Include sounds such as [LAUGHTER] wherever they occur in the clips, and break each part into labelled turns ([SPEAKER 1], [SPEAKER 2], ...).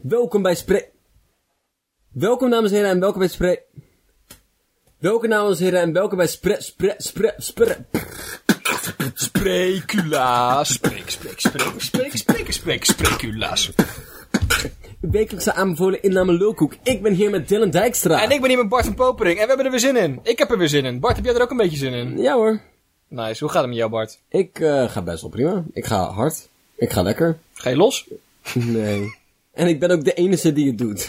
[SPEAKER 1] Welkom bij Spreek. Welkom dames en heren en welkom bij Spreek. Welkom dames en heren en welkom bij Spreek. Spreek. Spreek. Spreek.
[SPEAKER 2] Sprecula. Spreek, spreek, spreek, spreek, spreek, spreek, sprecula's.
[SPEAKER 1] Uw wekelijkse aanbevolen inname Lulkoek. Ik ben hier met Dylan Dijkstra.
[SPEAKER 2] En ik ben hier met Bart van Popering en we hebben er weer zin in. Ik heb er weer zin in. Bart, heb jij er ook een beetje zin in?
[SPEAKER 1] Ja hoor.
[SPEAKER 2] Nice, hoe gaat het met jou Bart?
[SPEAKER 1] Ik eh, ga best wel prima. Ik ga hard. Ik ga lekker. [LAUGHS]
[SPEAKER 2] Ga je los?
[SPEAKER 1] Nee. En ik ben ook de enige die het doet. [LAUGHS]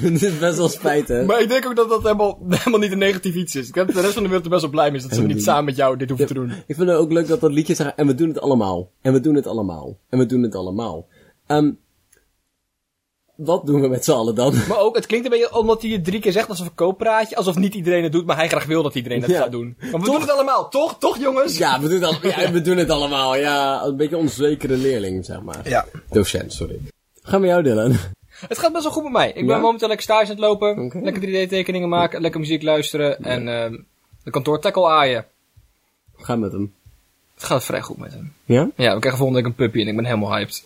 [SPEAKER 1] Dit is best wel spijtig.
[SPEAKER 2] Maar ik denk ook dat dat helemaal, [LAUGHS] helemaal niet een negatief iets is. Ik denk dat de rest van de wereld er best wel blij mee is dat ze niet samen met jou dit hoeven te doen.
[SPEAKER 1] Ik vind het ook leuk dat dat liedje zegt. En we doen het allemaal. En we doen het allemaal. En we doen het allemaal. Ehm wat doen we met z'n allen dan?
[SPEAKER 2] Maar ook, het klinkt een beetje omdat hij het drie keer zegt alsof een kooppraatje. Alsof niet iedereen het doet, maar hij graag wil dat iedereen dat
[SPEAKER 1] Ja.
[SPEAKER 2] gaat doen. Maar we doen het allemaal, toch? Toch jongens?
[SPEAKER 1] Ja we, doen al, ja, we doen het allemaal. Ja, een beetje onzekere leerling, zeg maar.
[SPEAKER 2] Ja.
[SPEAKER 1] Docent, sorry. Gaan we jou, Dylan?
[SPEAKER 2] Het gaat best wel goed met mij. Ik
[SPEAKER 1] Ja?
[SPEAKER 2] ben momenteel lekker stage aan het lopen.
[SPEAKER 1] Oké.
[SPEAKER 2] Lekker 3D-tekeningen maken, lekker muziek luisteren en ehm, de kantoor tackle aaien.
[SPEAKER 1] Ga met hem.
[SPEAKER 2] Het gaat vrij goed met hem.
[SPEAKER 1] Ja?
[SPEAKER 2] Ja, we krijgen volgende week een puppy en ik ben helemaal hyped.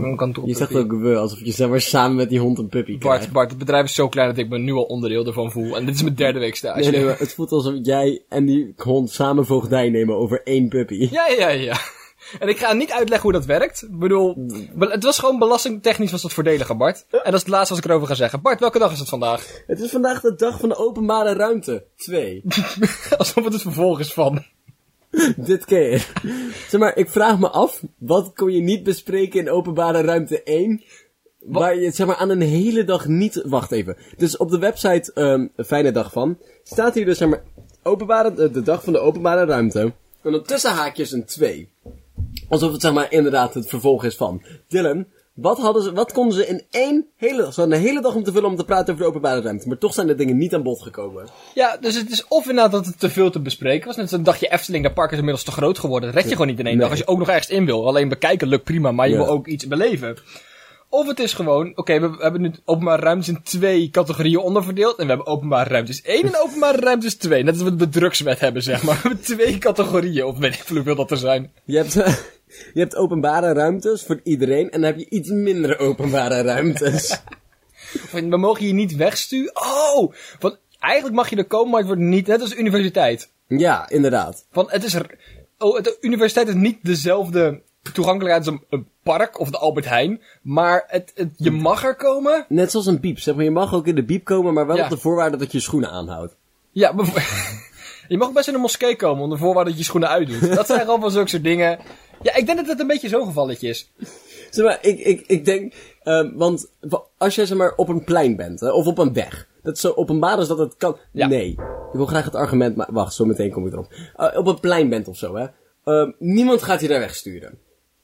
[SPEAKER 2] Een kantoor
[SPEAKER 1] Je zegt
[SPEAKER 2] puppy.
[SPEAKER 1] ook we, alsof je zeg maar samen met die hond een puppy krijgt.
[SPEAKER 2] Bart, Bart, het bedrijf is zo klein dat ik me nu al onderdeel ervan voel. En dit is mijn derde week stage.
[SPEAKER 1] Nee, nee, maar het voelt alsof jij en die hond samen voogdij nemen over één puppy.
[SPEAKER 2] Ja, ja, ja. En ik ga niet uitleggen hoe dat werkt. Ik bedoel, be- het was gewoon belastingtechnisch was dat voordeliger, Bart. En dat is het laatste wat ik erover ga zeggen. Bart, welke dag is het vandaag? [LAUGHS]
[SPEAKER 1] Het is vandaag de dag van de openbare ruimte. Twee.
[SPEAKER 2] Alsof het het vervolg is van.
[SPEAKER 1] [LAUGHS] Dit keer. Zeg maar, ik vraag me af, wat kon je niet bespreken in openbare ruimte 1? Waar je zeg maar aan een hele dag niet. Wacht even. Dus op de website ehm Fijne Dag van staat hier dus zeg maar openbare, eh, de dag van de openbare ruimte. En dan tussen haakjes een 2. Alsof het zeg maar inderdaad het vervolg is van. Dylan, wat, hadden ze, wat konden ze in één hele dag. Ze hadden een hele dag om te vullen om te praten over de openbare ruimte. Maar toch zijn de dingen niet aan bod gekomen.
[SPEAKER 2] Ja, dus het is of inderdaad dat het te veel te bespreken was. Net als een dagje Efteling, dat park is inmiddels te groot geworden. Dat red je gewoon niet in één
[SPEAKER 1] Nee.
[SPEAKER 2] dag. Als je ook nog ergens in wil. Alleen bekijken lukt prima, maar je
[SPEAKER 1] Ja.
[SPEAKER 2] wil ook iets beleven. Of het is gewoon, oké, we hebben nu openbare ruimtes in twee categorieën onderverdeeld. En we hebben openbare ruimtes 1 en openbare ruimtes 2. Net als we de drugswet hebben, zeg maar. [LAUGHS] We hebben twee categorieën, of weet ik veel hoeveel dat er zijn.
[SPEAKER 1] Je hebt, [LAUGHS] eh, je hebt openbare ruimtes voor iedereen en dan heb je iets minder openbare ruimtes.
[SPEAKER 2] Van, We mogen je niet wegsturen. Oh! Want eigenlijk mag je er komen, maar het wordt niet net als de universiteit.
[SPEAKER 1] ja, inderdaad.
[SPEAKER 2] Want het is. er- Oh, het- de universiteit is niet dezelfde toegankelijkheid als een, een park of de Albert Heijn. Maar het, het, je mag er komen.
[SPEAKER 1] Net zoals een biep. Zeg maar, je mag ook in de biep komen, maar wel
[SPEAKER 2] Ja.
[SPEAKER 1] op de voorwaarde dat je schoenen aanhoudt.
[SPEAKER 2] Ja, [LAUGHS] bijv- je mag best in een moskee komen onder voorwaarde dat je schoenen uitdoet. Dat zijn [LAUGHS] gewoon wel zulke soort dingen. Ja, ik denk dat het een beetje zo'n gevalletje is.
[SPEAKER 1] Zeg maar, ik, ik, ik denk, ehm, want wa- als jij zeg maar op een plein bent, hè, of op een weg, dat zo openbaar is dat het kan.
[SPEAKER 2] Ja.
[SPEAKER 1] Nee. Ik wil graag het argument, maar wacht, zo meteen kom ik erop. Eh, op een plein bent of zo, hè. ehm, niemand gaat je daar wegsturen.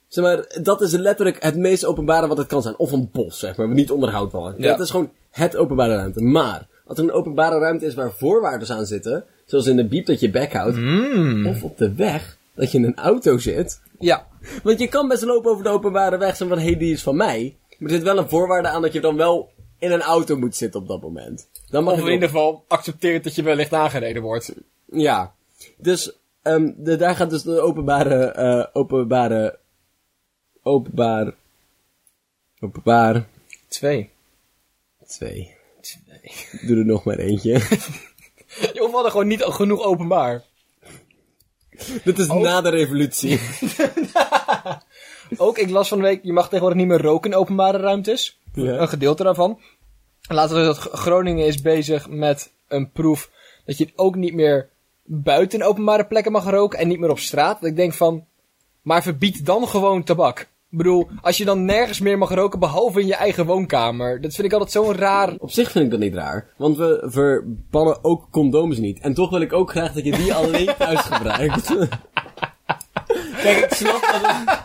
[SPEAKER 1] Zeg maar, dat is letterlijk het meest openbare wat het kan zijn. Of een bos, zeg maar, wat niet onderhoud wel.
[SPEAKER 2] Ja.
[SPEAKER 1] Dat is gewoon het openbare ruimte. Maar, als er een openbare ruimte is waar voorwaarden aan zitten, zoals in de biep dat je bek houdt,
[SPEAKER 2] Hmm.
[SPEAKER 1] of op de weg, dat je in een auto zit,
[SPEAKER 2] Ja.
[SPEAKER 1] want je kan best lopen over de openbare weg en van, hé, hey, die is van mij. Maar er zit wel een voorwaarde aan dat je dan wel in een auto moet zitten op dat moment. Dan mag
[SPEAKER 2] Of
[SPEAKER 1] je
[SPEAKER 2] in ieder geval accepteren dat je wellicht aangereden wordt.
[SPEAKER 1] Ja. Dus, ehm, de, daar gaat dus de openbare, eh, openbare, openbaar, openbaar,
[SPEAKER 2] Twee.
[SPEAKER 1] twee. Doe er nog maar eentje. [LAUGHS]
[SPEAKER 2] Joh, we hadden gewoon niet genoeg openbaar.
[SPEAKER 1] Dit
[SPEAKER 2] Oh.
[SPEAKER 1] is na de revolutie.
[SPEAKER 2] Ook, ik las van de week, je mag tegenwoordig niet meer roken in openbare ruimtes.
[SPEAKER 1] Ja.
[SPEAKER 2] Een gedeelte daarvan. En Later was dat G- Groningen is bezig met een proef dat je ook niet meer buiten openbare plekken mag roken en niet meer op straat. Dat ik denk van, maar verbied dan gewoon tabak. Ik bedoel, als je dan nergens meer mag roken behalve in je eigen woonkamer. Dat vind ik altijd zo'n raar...
[SPEAKER 1] Op zich vind ik dat niet raar, want we verbannen ook condooms niet. En toch wil ik ook graag dat je die alleen thuis gebruikt. [LAUGHS] Kijk, ik snap dat het,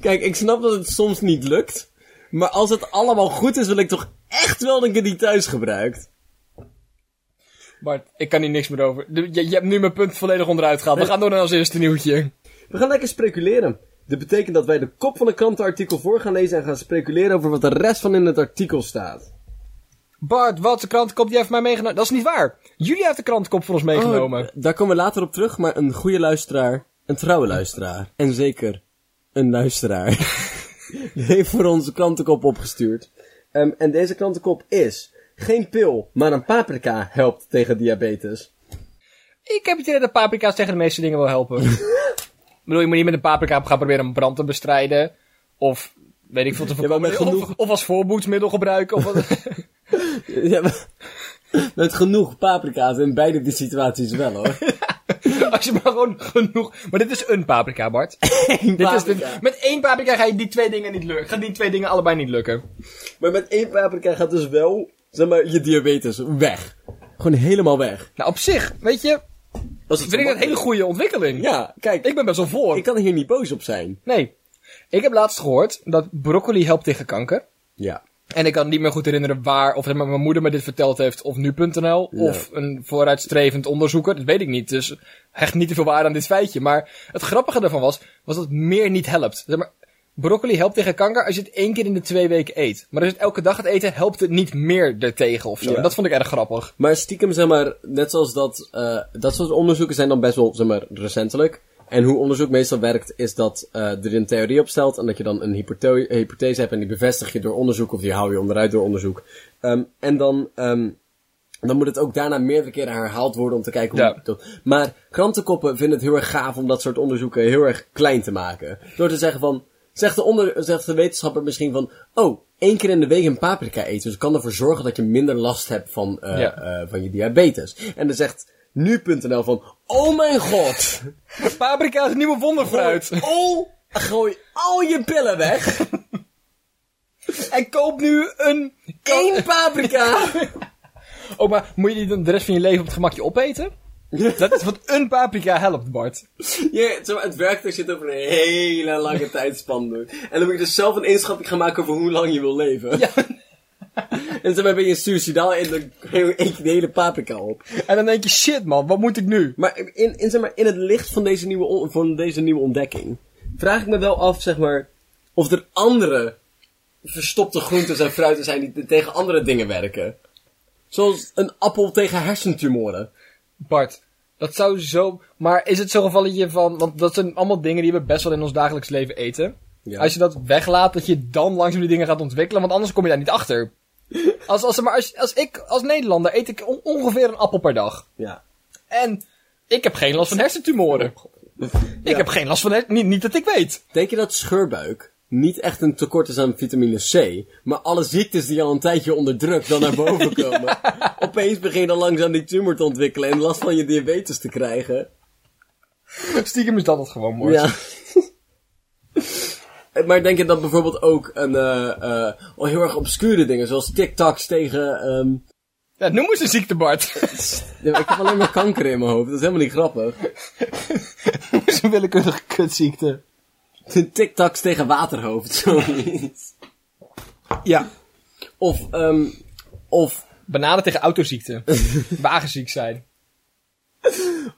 [SPEAKER 1] Kijk, ik snap dat het soms niet lukt. Maar als het allemaal goed is, wil ik toch echt wel dat je die thuis gebruikt.
[SPEAKER 2] Bart, ik kan hier niks meer over. De- Je, je hebt nu mijn punt volledig onderuit gehaald. We gaan door naar ons eerste nieuwtje.
[SPEAKER 1] We gaan lekker speculeren. Dit betekent dat wij de kop van een krantenartikel voor gaan lezen en gaan speculeren over wat de rest van in het artikel staat.
[SPEAKER 2] Bart, wat de krantenkop die heeft mij meegenomen? Dat is niet waar. Julia heeft de krantenkop voor ons meegenomen.
[SPEAKER 1] Oh, daar komen we later op terug, maar een goede luisteraar, [LAUGHS] een trouwe luisteraar en zeker een luisteraar. heeft voor onze krantenkop opgestuurd. Ehm, en deze krantenkop is... Geen pil, maar een paprika helpt tegen diabetes. [LAUGHS]
[SPEAKER 2] Ik heb het idee dat paprika's tegen de meeste dingen wel
[SPEAKER 1] [LAUGHS]
[SPEAKER 2] helpen. ik bedoel, je moet niet met een paprika gaan proberen een brand te bestrijden. Of, weet ik veel, te
[SPEAKER 1] maar
[SPEAKER 2] voorkomen.
[SPEAKER 1] met genoeg-
[SPEAKER 2] of, of als voorboedsmiddel
[SPEAKER 1] [LAUGHS]
[SPEAKER 2] gebruiken. Of wat.
[SPEAKER 1] Ja, maar- met genoeg paprika's in beide die situaties wel hoor.
[SPEAKER 2] als je maar gewoon genoeg... Maar dit is een paprika, Bart.
[SPEAKER 1] [LAUGHS] Eén
[SPEAKER 2] dit is
[SPEAKER 1] paprika.
[SPEAKER 2] de- met één paprika ga je die twee dingen niet lukken. Gaan die twee dingen allebei niet lukken.
[SPEAKER 1] Maar met één paprika gaat dus wel, zeg maar, je diabetes weg. Gewoon helemaal weg.
[SPEAKER 2] Nou, op zich, weet je,
[SPEAKER 1] Als het
[SPEAKER 2] vind ik dat een hele goede ontwikkeling.
[SPEAKER 1] Ja, kijk,
[SPEAKER 2] Ik
[SPEAKER 1] ik,
[SPEAKER 2] ben best wel voor.
[SPEAKER 1] kan hier niet boos op zijn.
[SPEAKER 2] Nee. Ik heb laatst gehoord dat broccoli helpt tegen kanker.
[SPEAKER 1] Ja.
[SPEAKER 2] En ik kan niet meer goed herinneren waar, of het mijn moeder me dit verteld heeft, of nu.nl,
[SPEAKER 1] Ja.
[SPEAKER 2] of een vooruitstrevend onderzoeker, dat weet ik niet. Dus hecht niet te veel waarde aan dit feitje. Maar het grappige daarvan was, was dat het meer niet helpt. Zeg maar, broccoli helpt tegen kanker als je het één keer in de twee weken eet. Maar als je het elke dag gaat eten, helpt het niet meer ertegen of zo.
[SPEAKER 1] Ja.
[SPEAKER 2] En Dat vond ik erg grappig.
[SPEAKER 1] Maar stiekem, zeg maar, net zoals dat, eh, dat soort onderzoeken zijn dan best wel, zeg maar, recentelijk. En hoe onderzoek meestal werkt, is dat eh, er een theorie op stelt en dat je dan een hypothe- hypothese hebt en die bevestig je door onderzoek of die hou je onderuit door onderzoek. Ehm, en dan, ehm, dan moet het ook daarna meerdere keren herhaald worden om te kijken hoe
[SPEAKER 2] Ja.
[SPEAKER 1] dat... Maar krantenkoppen vinden het heel erg gaaf om dat soort onderzoeken heel erg klein te maken. Door te zeggen van, zegt de, onder, zegt de wetenschapper misschien van, oh, één keer in de week een paprika eten, dus kan ervoor zorgen dat je minder last hebt van, eh,
[SPEAKER 2] Ja.
[SPEAKER 1] eh, van je diabetes. En dan zegt nu.nl van, oh mijn [LAUGHS] god,
[SPEAKER 2] Paprika is een nieuwe wonderfruit.
[SPEAKER 1] gooi, al- gooi al je pillen [LAUGHS] weg,
[SPEAKER 2] En koop nu een...
[SPEAKER 1] één paprika.
[SPEAKER 2] Oh, maar moet je die dan de rest van je leven op het gemakje opeten? Dat is wat een paprika helpt, Bart.
[SPEAKER 1] [LAUGHS] Ja, zeg maar, het werkt als je het over een hele lange tijdspan doet. En dan moet je dus zelf een inschatting gaan maken over hoe lang je wil leven.
[SPEAKER 2] Ja.
[SPEAKER 1] [LAUGHS] En zeg maar ben je suicidaal en dan eet je de hele paprika op.
[SPEAKER 2] En dan denk je, shit man, wat moet ik nu?
[SPEAKER 1] Maar in, in, zeg maar, in het licht van deze, nieuwe on- van deze nieuwe ontdekking... vraag ik me wel af, zeg maar... of er andere verstopte groenten en fruiten zijn... die tegen andere dingen werken. Zoals een appel tegen hersentumoren.
[SPEAKER 2] Bart, dat zou zo... Maar is het zo'n gevalletje van... Want dat zijn allemaal dingen die we best wel in ons dagelijks leven eten.
[SPEAKER 1] Ja.
[SPEAKER 2] Als je dat weglaat, dat je dan langzaam die dingen gaat ontwikkelen. Want anders kom je daar niet [LAUGHS] achter. Als, als, maar als, als ik, als Nederlander, eet ik on- ongeveer een appel per dag.
[SPEAKER 1] Ja.
[SPEAKER 2] En ik heb geen last van hersentumoren. Ik heb geen last van... her- Niet, niet dat ik weet.
[SPEAKER 1] Denk je dat scheurbuik niet echt een tekort is aan vitamine C, maar alle ziektes die al een tijdje onder druk dan naar boven komen? Opeens begin je dan langzaam die tumor te ontwikkelen en last van je diabetes te krijgen.
[SPEAKER 2] [LAUGHS] Stiekem is dat het gewoon, Mors.
[SPEAKER 1] Ja. [LAUGHS] Eh, maar denk je dat bijvoorbeeld ook een, eh, eh, al heel erg obscure dingen, zoals TikToks tegen. ehm,
[SPEAKER 2] Ja, noem eens een ziekte, Bart.
[SPEAKER 1] ja, maar ik heb alleen maar kanker in mijn hoofd, dat is helemaal niet grappig.
[SPEAKER 2] [LAUGHS]
[SPEAKER 1] [LAUGHS]
[SPEAKER 2] noem eens een willekeurige kutziekte.
[SPEAKER 1] TikToks tegen waterhoofd, [LAUGHS] zoiets.
[SPEAKER 2] Ja.
[SPEAKER 1] Of, ehm, of
[SPEAKER 2] Bananen tegen [LAUGHS] autoziekte. Wagenziek [LAUGHS] zijn.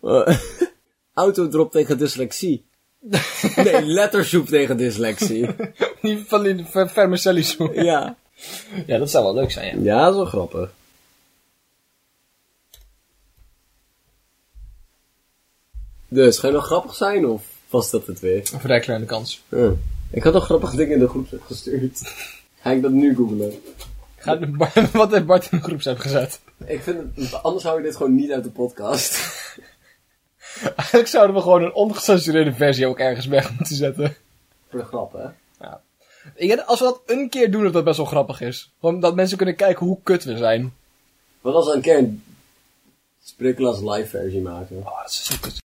[SPEAKER 1] Eh, [LAUGHS] Autodrop tegen dyslexie. Nee, lettersoep tegen dyslexie.
[SPEAKER 2] Die van die ver- vermicelli soep.
[SPEAKER 1] Ja.
[SPEAKER 2] [LAUGHS] Ja, dat zou wel leuk zijn, ja.
[SPEAKER 1] Ja, zo grappig. Dus, ga je nog grappig zijn of was dat het weer?
[SPEAKER 2] Een vrij kleine kans.
[SPEAKER 1] Hm. Ik had nog grappige dingen in de groep gestuurd. [LAUGHS] Ga ik dat nu googlen?
[SPEAKER 2] Gaat met [LAUGHS] Bart- wat heeft Bart in de groep heeft gezet?
[SPEAKER 1] Ik vind het, anders hou ik dit gewoon niet uit de podcast. [LAUGHS]
[SPEAKER 2] Eigenlijk zouden we gewoon een ongecensureerde versie ook ergens weg moeten zetten.
[SPEAKER 1] Voor de grap, hè?
[SPEAKER 2] Ik denk, als we dat een keer doen, dat dat best wel grappig is. Gewoon dat mensen kunnen kijken hoe kut we zijn.
[SPEAKER 1] Wat als we een keer een Sprikkelaars live versie maken?
[SPEAKER 2] Oh, dat is zo kut.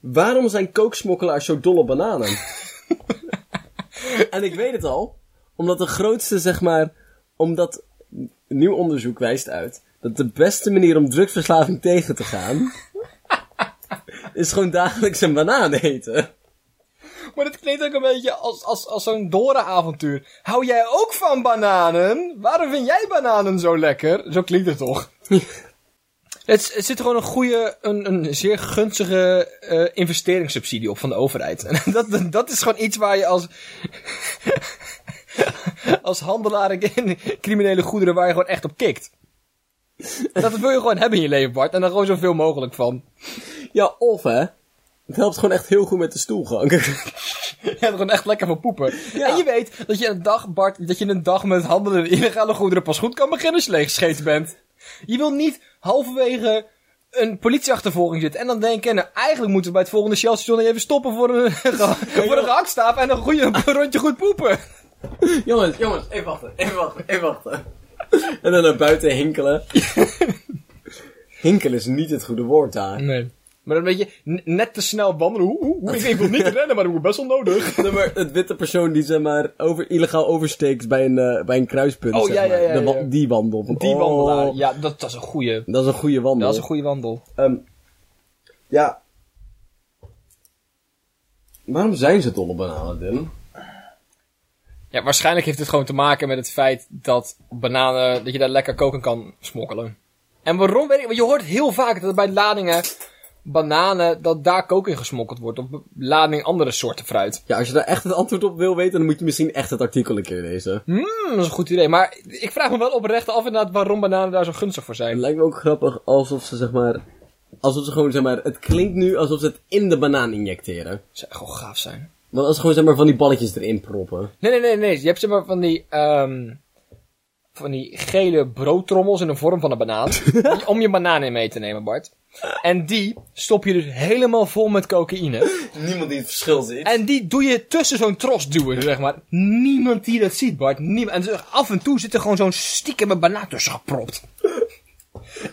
[SPEAKER 1] Waarom zijn kooksmokkelaars zo dol op [LAUGHS] bananen? en ik weet het al, omdat de grootste, zeg maar, omdat nieuw onderzoek wijst uit dat de beste manier om drugsverslaving tegen te [LAUGHS] gaan is gewoon dagelijks een banaan eten.
[SPEAKER 2] Maar dat klinkt ook een beetje als, als, als zo'n Dora-avontuur. Hou jij ook van bananen? Waarom vind jij bananen zo lekker? Zo klinkt het toch? [LAUGHS] het, s- het zit gewoon een goede, een, een zeer gunstige eh, investeringssubsidie op van de overheid. [LAUGHS] En dat, dat- dat is gewoon iets waar je als, [LAUGHS] als handelaar in criminele goederen waar je gewoon echt op kikt. Dat wil je gewoon hebben in je leven, Bart. En dan gewoon zoveel mogelijk van.
[SPEAKER 1] Ja, of hè, Het helpt gewoon echt heel goed met de stoelgang.
[SPEAKER 2] Je [LAUGHS] hebt er gewoon echt lekker van poepen. En je weet dat je een dag, Bart, dat je een dag met handelen in illegale goederen pas goed kan beginnen als je leeggescheten bent. Je wil niet halverwege een politieachtervolging zitten en dan denken, nou eigenlijk moeten we bij het volgende Shell-station even stoppen voor een, [LAUGHS] voor een gehaktstaaf en een, goede, een rondje goed poepen.
[SPEAKER 1] [LAUGHS] jongens, jongens, even wachten, even wachten, even wachten. en dan naar buiten [LAUGHS] hinkelen. hinkelen is niet het goede woord daar.
[SPEAKER 2] Nee. Maar dan weet je, n- net te snel wandelen. Oeh, oeh, oeh, ik, ik wil niet rennen, maar dat moet best wel nodig.
[SPEAKER 1] Nee, maar het witte persoon die zeg maar over, illegaal oversteekt bij een, eh, bij een kruispunt.
[SPEAKER 2] Oh,
[SPEAKER 1] zeg
[SPEAKER 2] ja, ja,
[SPEAKER 1] maar.
[SPEAKER 2] ja,
[SPEAKER 1] De wa-
[SPEAKER 2] ja.
[SPEAKER 1] Die wandel. Van,
[SPEAKER 2] Die
[SPEAKER 1] oh,
[SPEAKER 2] wandelaar. Ja, dat, dat is een goede.
[SPEAKER 1] Dat is een goede wandel.
[SPEAKER 2] Dat is een goede wandel.
[SPEAKER 1] Ehm, ja. Waarom zijn ze dol op bananen, Dylan?
[SPEAKER 2] Ja, waarschijnlijk heeft het gewoon te maken met het feit dat bananen, dat je daar lekker koken kan smokkelen. En waarom weet ik, want je hoort heel vaak dat bij ladingen bananen, dat daar kook in gesmokkeld wordt. Of lading andere soorten fruit.
[SPEAKER 1] Ja, als je daar echt het antwoord op wil weten, dan moet je misschien echt het artikel een keer lezen.
[SPEAKER 2] Hmm, dat is een goed idee. Maar ik vraag me wel oprecht af inderdaad waarom bananen daar zo gunstig voor
[SPEAKER 1] Het
[SPEAKER 2] zijn.
[SPEAKER 1] lijkt me ook grappig alsof ze zeg maar... Alsof ze gewoon zeg maar... Het klinkt nu alsof ze het in de banaan injecteren.
[SPEAKER 2] Ze zou gewoon gaaf zijn.
[SPEAKER 1] Want als ze gewoon zeg maar van die balletjes erin proppen.
[SPEAKER 2] Nee, nee, nee, nee. Je hebt zeg maar van die, ehm, van die gele broodtrommels in de vorm van een banaan. Die- om je banaan in mee te nemen, Bart. En die stop je dus helemaal vol met cocaïne.
[SPEAKER 1] Niemand die het verschil ziet.
[SPEAKER 2] En die doe je tussen zo'n tros duwen, zeg maar. Niemand die dat ziet, Bart. Niemand. En dus af en toe zit er gewoon zo'n stiekeme banaan tussen gepropt.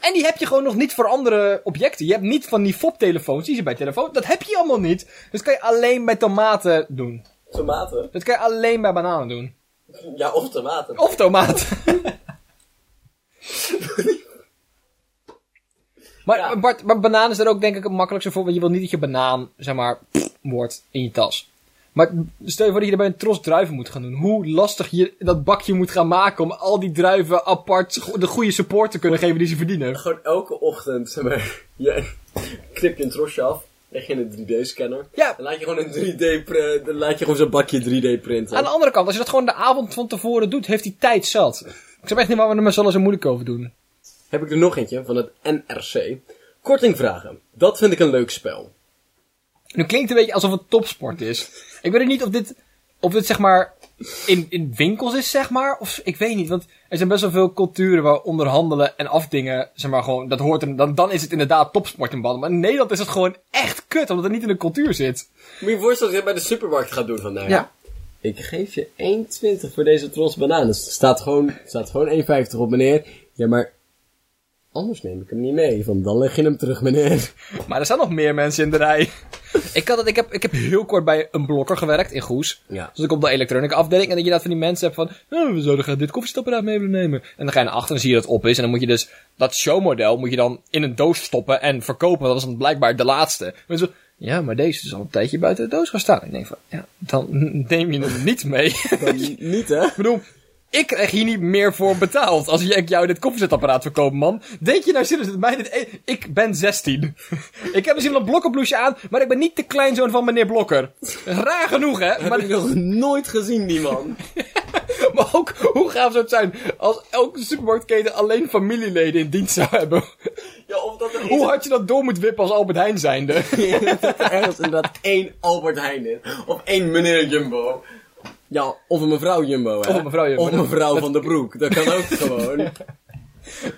[SPEAKER 2] En die heb je gewoon nog niet voor andere objecten. Je hebt niet van die foptelefoons, die ze bij telefoon. Dat heb je allemaal niet. Dat kan je alleen bij tomaten doen.
[SPEAKER 1] Tomaten.
[SPEAKER 2] Dat kan je alleen bij bananen doen.
[SPEAKER 1] Ja, of tomaten.
[SPEAKER 2] Of tomaat. maar,
[SPEAKER 1] Ja.
[SPEAKER 2] maar Bart, maar banaan is er ook denk ik het makkelijkste voor. Want je wil niet dat je banaan, zeg maar, wordt in je tas. Maar stel je voor dat je erbij een tros druiven moet gaan doen. Hoe lastig je dat bakje moet gaan maken om al die druiven apart go- de goede support te kunnen geven die ze verdienen.
[SPEAKER 1] Gewoon elke ochtend, zeg maar... [LAUGHS] Je knip je een trosje af. Leg je in een 3D-scanner.
[SPEAKER 2] Ja.
[SPEAKER 1] Dan laat je gewoon een 3D... pr- Dan laat je gewoon zo'n bakje 3D printen.
[SPEAKER 2] Aan de andere kant, als je dat gewoon de avond van tevoren doet, heeft die tijd zat. Ik snap echt niet waarom we er met z'n allen zo moeilijk over doen.
[SPEAKER 1] Heb ik er nog eentje van het NRC. Korting vragen. Dat vind ik een leuk spel.
[SPEAKER 2] Nu klinkt het een beetje alsof het topsport is. Ik weet ook niet of dit, of dit zeg maar in, in winkels is, zeg maar. Of ik weet niet, want er zijn best wel veel culturen waar onderhandelen en afdingen, zeg maar gewoon, dat hoort er, dan, dan is het inderdaad topsport in banden. Maar in Nederland is het gewoon echt kut, omdat het niet in de cultuur zit.
[SPEAKER 1] Moet je je voorstellen als je bij de supermarkt gaat doen vandaag.
[SPEAKER 2] Ja.
[SPEAKER 1] Ik geef je 1,20 voor deze tros bananen. Er Staat gewoon, er staat gewoon 1,50 op meneer. Ja, maar anders neem ik hem niet mee. Van dan leg je hem terug meneer. [LAUGHS]
[SPEAKER 2] Maar er staan nog meer mensen in de rij. ik, had het, ik, heb, ik heb heel kort bij een blokker gewerkt in Goes.
[SPEAKER 1] Ja.
[SPEAKER 2] Dus ik op de elektronica afdeling. En dat je dat van die mensen hebt van... "Oh, we zouden graag dit koffiestapparaat mee willen nemen. En dan ga je naar achter en zie je dat het op is. En dan moet je dus dat showmodel moet je dan in een doos stoppen en verkopen. want Dat was dan blijkbaar de laatste. Mensen zo, ja, maar deze is al een tijdje buiten de doos gaan staan. Ik denk van, ja, dan [LAUGHS] neem je hem niet mee. [LAUGHS]
[SPEAKER 1] Dan niet hè?
[SPEAKER 2] Ik bedoel, ik krijg hier niet meer voor betaald als ik jou dit koffiezetapparaat verkoop, man. Denk je nou serieus dat mij dit... eh, Ik ben 16. [LAUGHS] ik heb misschien wel een blokkenbloesje aan, maar ik ben niet de kleinzoon van meneer Blokker. Raar genoeg, hè?
[SPEAKER 1] Heb
[SPEAKER 2] Maar, [LAUGHS]
[SPEAKER 1] ik nog nooit gezien die man.
[SPEAKER 2] maar ook, hoe gaaf zou het zijn als elke supermarktketen alleen familieleden in dienst zou hebben?
[SPEAKER 1] Ja, of dat er
[SPEAKER 2] hoe hard je dat door moet wippen als Albert Heijn zijnde?
[SPEAKER 1] [LAUGHS] dat er ergens inderdaad één Albert Heijn is. Of één meneer Jumbo. Ja, of een mevrouw Jumbo hè?
[SPEAKER 2] Of een mevrouw Jumbo.
[SPEAKER 1] Of een mevrouw van de Broek. Dat kan ook
[SPEAKER 2] [LAUGHS]
[SPEAKER 1] gewoon.